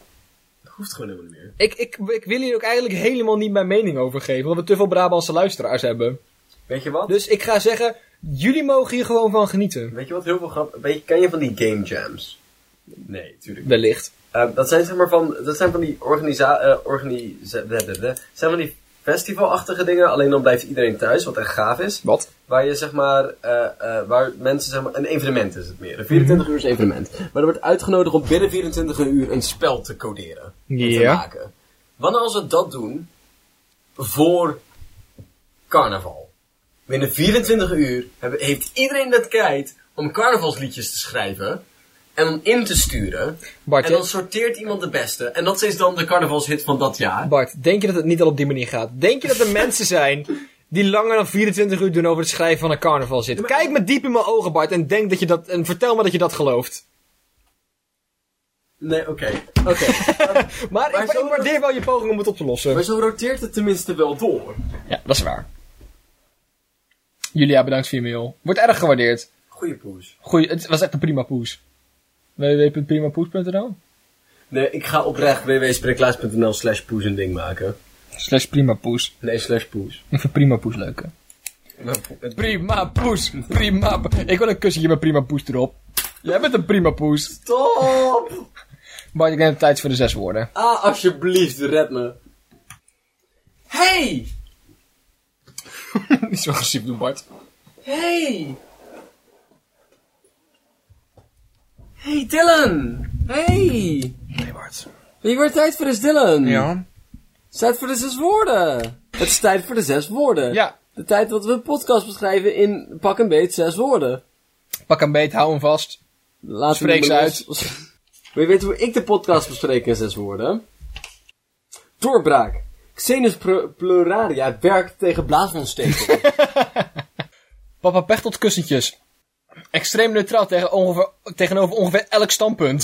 [SPEAKER 1] hoeft gewoon helemaal niet meer.
[SPEAKER 2] Ik, ik, ik wil hier ook eigenlijk helemaal niet mijn mening over geven, omdat we te veel Brabantse luisteraars hebben.
[SPEAKER 1] Weet je wat?
[SPEAKER 2] Dus ik ga zeggen, jullie mogen hier gewoon van genieten.
[SPEAKER 1] Weet je wat heel veel grap... Weet je, ken je van die game jams? Nee, tuurlijk.
[SPEAKER 2] Wellicht.
[SPEAKER 1] Eh, dat zijn zeg maar van... Dat zijn van die organisa... eh, organisa- bleh, bleh, bleh. zijn van die festivalachtige dingen. Alleen dan blijft iedereen thuis, wat echt gaaf is.
[SPEAKER 2] Wat?
[SPEAKER 1] Waar je zeg maar... eh, eh, waar mensen zeg maar... Een evenement is het meer. Een 24 uur evenement. Maar er wordt uitgenodigd om binnen 24 uur een spel te coderen. en Te
[SPEAKER 2] Ja.
[SPEAKER 1] maken. Wanneer als we dat doen... Voor... Carnaval. Binnen 24 uur hebben- heeft iedereen de tijd om carnavalsliedjes te schrijven en om in te sturen.
[SPEAKER 2] Bart,
[SPEAKER 1] en dan
[SPEAKER 2] hè?
[SPEAKER 1] sorteert iemand de beste. En dat is dan de carnavalshit van dat jaar.
[SPEAKER 2] Bart, denk je dat het niet al op die manier gaat? Denk je dat er mensen zijn die langer dan 24 uur doen over het schrijven van een carnaval zitten? Kijk me diep in mijn ogen, Bart, en, denk dat je dat, en vertel me dat je dat gelooft.
[SPEAKER 1] Nee, oké. Oké. [LAUGHS]
[SPEAKER 2] Maar,
[SPEAKER 1] Maar
[SPEAKER 2] ik,
[SPEAKER 1] zo-
[SPEAKER 2] ik waardeer wel je poging om het op te lossen.
[SPEAKER 1] maar zo roteert het tenminste wel door.
[SPEAKER 2] Ja, dat is waar. Julia, bedankt voor je mail. Wordt erg gewaardeerd.
[SPEAKER 1] Goeie poes.
[SPEAKER 2] Goeie, het was echt een prima poes. www.primapoes.nl
[SPEAKER 1] Nee, ik ga oprecht www.spreeklaas.nl slash poes een ding maken.
[SPEAKER 2] Slash primapoes.
[SPEAKER 1] Nee, slash poes.
[SPEAKER 2] Ik vind primapoes leuker. Prima poes, prima po- Ik wil een kussentje met prima poes erop. Jij bent een prima poes.
[SPEAKER 1] Stop!
[SPEAKER 2] Maar ik neem de tijd voor de zes woorden.
[SPEAKER 1] Ah, alsjeblieft, red me. Hey!
[SPEAKER 2] [LAUGHS] Niet zo agressief doen, Bart.
[SPEAKER 1] Hey! Hey Dylan! Hey!
[SPEAKER 2] Nee, Bart.
[SPEAKER 1] Wie wordt tijd voor de Dylan?
[SPEAKER 2] Ja?
[SPEAKER 1] Het is tijd voor de zes woorden! Het is tijd voor de zes woorden.
[SPEAKER 2] Ja.
[SPEAKER 1] De tijd dat we een podcast beschrijven in pak een beet zes woorden.
[SPEAKER 2] Pak een beet, hou hem vast.
[SPEAKER 1] Laat
[SPEAKER 2] Spreek ze uit.
[SPEAKER 1] [LAUGHS] Wil je weten hoe ik de podcast bespreek in zes woorden? Doorbraak. Xenus pro- pleuraria werkt tegen
[SPEAKER 2] [LAUGHS]
[SPEAKER 1] blaasmondsteking.
[SPEAKER 2] Papa Pech tot kussentjes. Extreem neutraal tegen ongeveer, tegenover ongeveer elk standpunt.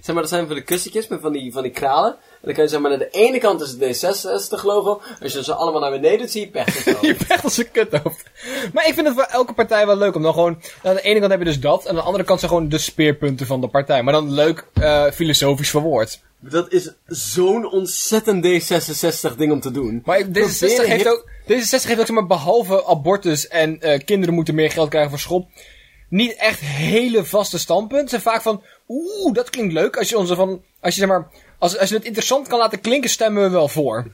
[SPEAKER 1] Zeg maar, dat zijn van de kussentjes met van die, van die kralen. En dan kan je zeg maar, aan de ene kant is het D66 logo. Als je ze allemaal naar beneden doet, zie je pech.
[SPEAKER 2] [LAUGHS]
[SPEAKER 1] of zo.
[SPEAKER 2] Je bent als een kuthoofd. Maar ik vind het voor elke partij wel leuk om dan gewoon... Aan de ene kant heb je dus dat. En aan de andere kant zijn gewoon de speerpunten van de partij. Maar dan leuk eh, filosofisch verwoord.
[SPEAKER 1] dat is zo'n ontzettend D66 ding om te doen.
[SPEAKER 2] Maar D66
[SPEAKER 1] Proberen
[SPEAKER 2] heeft
[SPEAKER 1] hip-
[SPEAKER 2] ook, D66 heeft ook zeg maar, behalve abortus en eh, kinderen moeten meer geld krijgen voor school, niet echt hele vaste standpunten. Ze zijn vaak van, oeh, dat klinkt leuk. Als je, onze van, als je, zeg maar, als, als je het interessant kan laten klinken, stemmen we wel voor.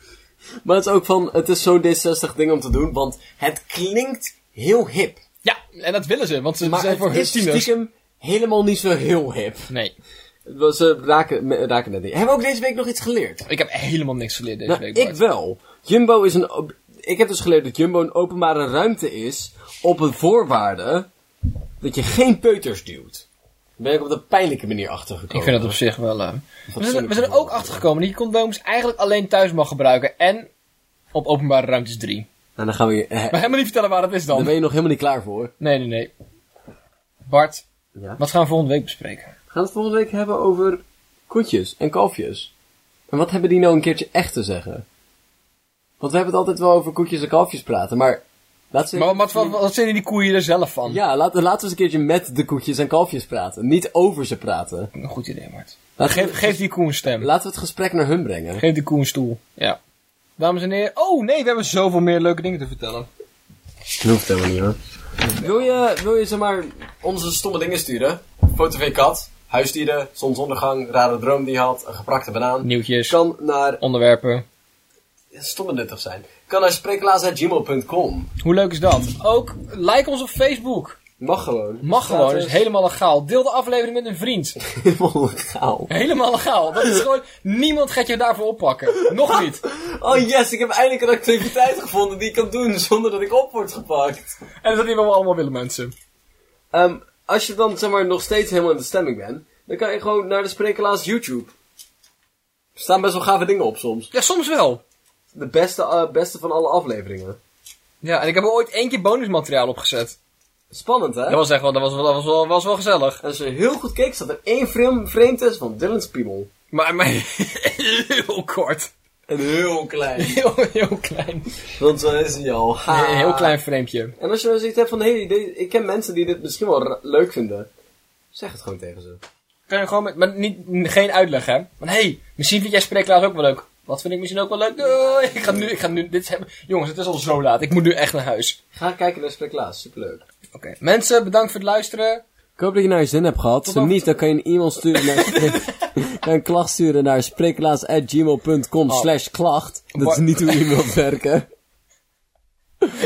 [SPEAKER 1] Maar het is ook van, het is zo'n D66 ding om te doen, want het klinkt heel hip.
[SPEAKER 2] Ja, en dat willen ze, want ze
[SPEAKER 1] Maar
[SPEAKER 2] zijn voor
[SPEAKER 1] het
[SPEAKER 2] hun
[SPEAKER 1] is
[SPEAKER 2] tieners.
[SPEAKER 1] stiekem helemaal niet zo heel hip.
[SPEAKER 2] Nee,
[SPEAKER 1] Ze raken, me- raken net niet. Hebben we ook deze week nog iets geleerd?
[SPEAKER 2] ik heb helemaal niks geleerd deze
[SPEAKER 1] Nou,
[SPEAKER 2] week.
[SPEAKER 1] ik
[SPEAKER 2] Bart.
[SPEAKER 1] wel. Jumbo is een. op- Ik heb dus geleerd dat Jumbo een openbare ruimte is. op een voorwaarde. dat je geen peuters duwt. Daar ben ik op de pijnlijke manier achtergekomen.
[SPEAKER 2] Ik vind dat op zich wel... eh,
[SPEAKER 1] Dat
[SPEAKER 2] we,
[SPEAKER 1] vind
[SPEAKER 2] zijn,
[SPEAKER 1] ik
[SPEAKER 2] we zijn er
[SPEAKER 1] wel.
[SPEAKER 2] ook achtergekomen dat je condooms eigenlijk alleen thuis mag gebruiken. En op openbare ruimtes 3.
[SPEAKER 1] Nou, dan gaan we. je- eh,
[SPEAKER 2] Maar helemaal niet vertellen waar dat is dan.
[SPEAKER 1] daar ben je nog helemaal niet klaar voor.
[SPEAKER 2] Nee, nee, nee. Bart,
[SPEAKER 1] Ja?
[SPEAKER 2] wat gaan we volgende week bespreken?
[SPEAKER 1] We gaan het volgende week hebben over. koetjes en kalfjes. En wat hebben die nou een keertje echt te zeggen? Want we hebben het altijd wel over koetjes en kalfjes praten, maar. Laten we
[SPEAKER 2] Maar wat, wat, wat vinden die koeien er zelf van?
[SPEAKER 1] Ja, laten, laten we eens een keertje met de koetjes en kalfjes praten. Niet over ze praten.
[SPEAKER 2] Een goed idee, Bart.
[SPEAKER 1] Laten we- dus
[SPEAKER 2] Geef, geef die koe een stem.
[SPEAKER 1] Laten we het gesprek naar hun brengen.
[SPEAKER 2] Geef die koe een stoel. Ja. Dames en heren, oh nee, we hebben zoveel meer leuke dingen te vertellen.
[SPEAKER 1] Dat hoeft helemaal niet hoor. Wil je, wil je zeg maar, onze stomme dingen sturen? Foto van je kat, huisdieren, zonsondergang, rare droom die je had, een geprakte banaan.
[SPEAKER 2] Nieuwtjes,
[SPEAKER 1] Kan naar,
[SPEAKER 2] onderwerpen.
[SPEAKER 1] stomme nuttig zijn, kan naar spreeklaas.gmail.com.
[SPEAKER 2] Hoe leuk is dat? Ook, like ons op Facebook.
[SPEAKER 1] Mag gewoon.
[SPEAKER 2] Mag
[SPEAKER 1] Staat
[SPEAKER 2] gewoon,
[SPEAKER 1] er-
[SPEAKER 2] is helemaal legaal. Deel de aflevering met een vriend. [LAUGHS]
[SPEAKER 1] Helemaal legaal.
[SPEAKER 2] Helemaal legaal. Dat is gewoon, niemand gaat je daarvoor oppakken. Nog niet.
[SPEAKER 1] Oh yes, ik heb eindelijk een activiteit gevonden die ik kan doen zonder dat ik op word gepakt.
[SPEAKER 2] En dat hebben we allemaal willen, mensen.
[SPEAKER 1] Ehm, als je dan zeg maar nog steeds helemaal in de stemming bent, dan kan je gewoon naar de Sprekelaars YouTube. Er staan best wel gave dingen op soms.
[SPEAKER 2] Ja, soms wel.
[SPEAKER 1] De beste, eh, beste van alle afleveringen.
[SPEAKER 2] Ja, en ik heb er ooit één keer bonusmateriaal opgezet.
[SPEAKER 1] Spannend hè?
[SPEAKER 2] Dat was echt wel, dat was, wel- dat was, wel, was wel gezellig.
[SPEAKER 1] En als je heel goed keek, zat er één frame, frame tussen van Dylan's piemel.
[SPEAKER 2] Maar, [LAUGHS] maar heel kort.
[SPEAKER 1] En heel klein. [LAUGHS]
[SPEAKER 2] Heel, heel klein.
[SPEAKER 1] Want zo is hij al. Ha.
[SPEAKER 2] Een heel klein vreemdje.
[SPEAKER 1] En als je nou zoiets hebt van, hé, hey, de- ik ken mensen die dit misschien wel ra- leuk vinden. Zeg het gewoon tegen ze.
[SPEAKER 2] Kan je gewoon met, maar niet, geen uitleg hè. Maar hey, misschien vind jij spreeklaas ook wel leuk. Wat vind ik misschien ook wel leuk? Doei. Ik ga nu, ik ga nu dit hebben. Jongens, het is al zo laat. Ik moet nu echt naar huis.
[SPEAKER 1] Ga kijken naar Sprekelaars, superleuk.
[SPEAKER 2] Oké. Mensen, bedankt voor het luisteren. [LAUGHS]
[SPEAKER 1] Ik hoop dat je naar je zin hebt gehad. Zo
[SPEAKER 2] dan-
[SPEAKER 1] niet, dan kan je een e-mail sturen [LAUGHS] naar, spreek- kan een klacht sturen naar sprekelaars.gmail.com
[SPEAKER 2] Oh.
[SPEAKER 1] slash klacht. Dat is
[SPEAKER 2] Wa-
[SPEAKER 1] niet hoe e-mails werken.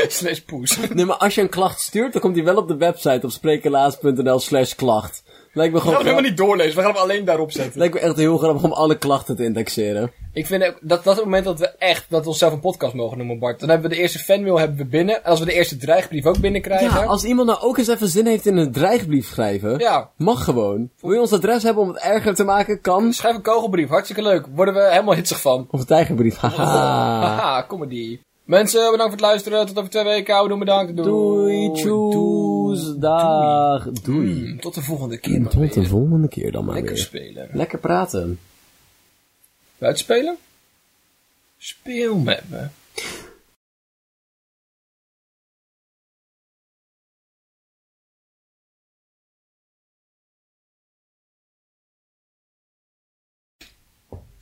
[SPEAKER 2] Slash poes.
[SPEAKER 1] Nee, maar als je een klacht stuurt, dan komt die wel op de website op sprekelaars.nl slash klacht. Lijkt me
[SPEAKER 2] We
[SPEAKER 1] gewoon
[SPEAKER 2] gaan hem helemaal niet doorlezen. We gaan hem alleen daarop zetten.
[SPEAKER 1] lijkt me echt heel grappig om alle klachten te indexeren.
[SPEAKER 2] Ik vind ook dat, dat het moment dat we echt dat we onszelf een podcast mogen noemen, Bart. Dan hebben we de eerste fanmail hebben we binnen. En als we de eerste dreigbrief ook binnenkrijgen.
[SPEAKER 1] Ja, als iemand nou ook eens even zin heeft in een dreigbrief schrijven,
[SPEAKER 2] Ja.
[SPEAKER 1] mag gewoon. Wil je ons adres hebben om het erger te maken? Kan.
[SPEAKER 2] Schrijf een kogelbrief, hartstikke leuk. Worden we helemaal hitsig van.
[SPEAKER 1] Of een tijgerbrief, [LAUGHS] haha.
[SPEAKER 2] Haha, comedy. Mensen, bedankt voor het luisteren. Tot over twee weken. Houden bedankt. Doei.
[SPEAKER 1] Doei,
[SPEAKER 2] Doei.
[SPEAKER 1] tjoes, dag, doei.
[SPEAKER 2] Mm, Tot de volgende keer. maar
[SPEAKER 1] Tot de
[SPEAKER 2] weer.
[SPEAKER 1] volgende keer dan maar
[SPEAKER 2] Lekker
[SPEAKER 1] weer.
[SPEAKER 2] spelen.
[SPEAKER 1] Lekker praten.
[SPEAKER 2] Buiten spelen? Speel met me.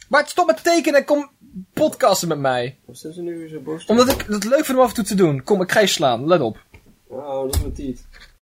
[SPEAKER 2] Bart, stop met tekenen en kom podcasten met mij.
[SPEAKER 1] Wat zijn ze nu weer zo boos?
[SPEAKER 2] Omdat ik het leuk vind om af en toe te doen. Kom, ik ga je slaan. Let op.
[SPEAKER 1] Oh, dat is mijn tiet.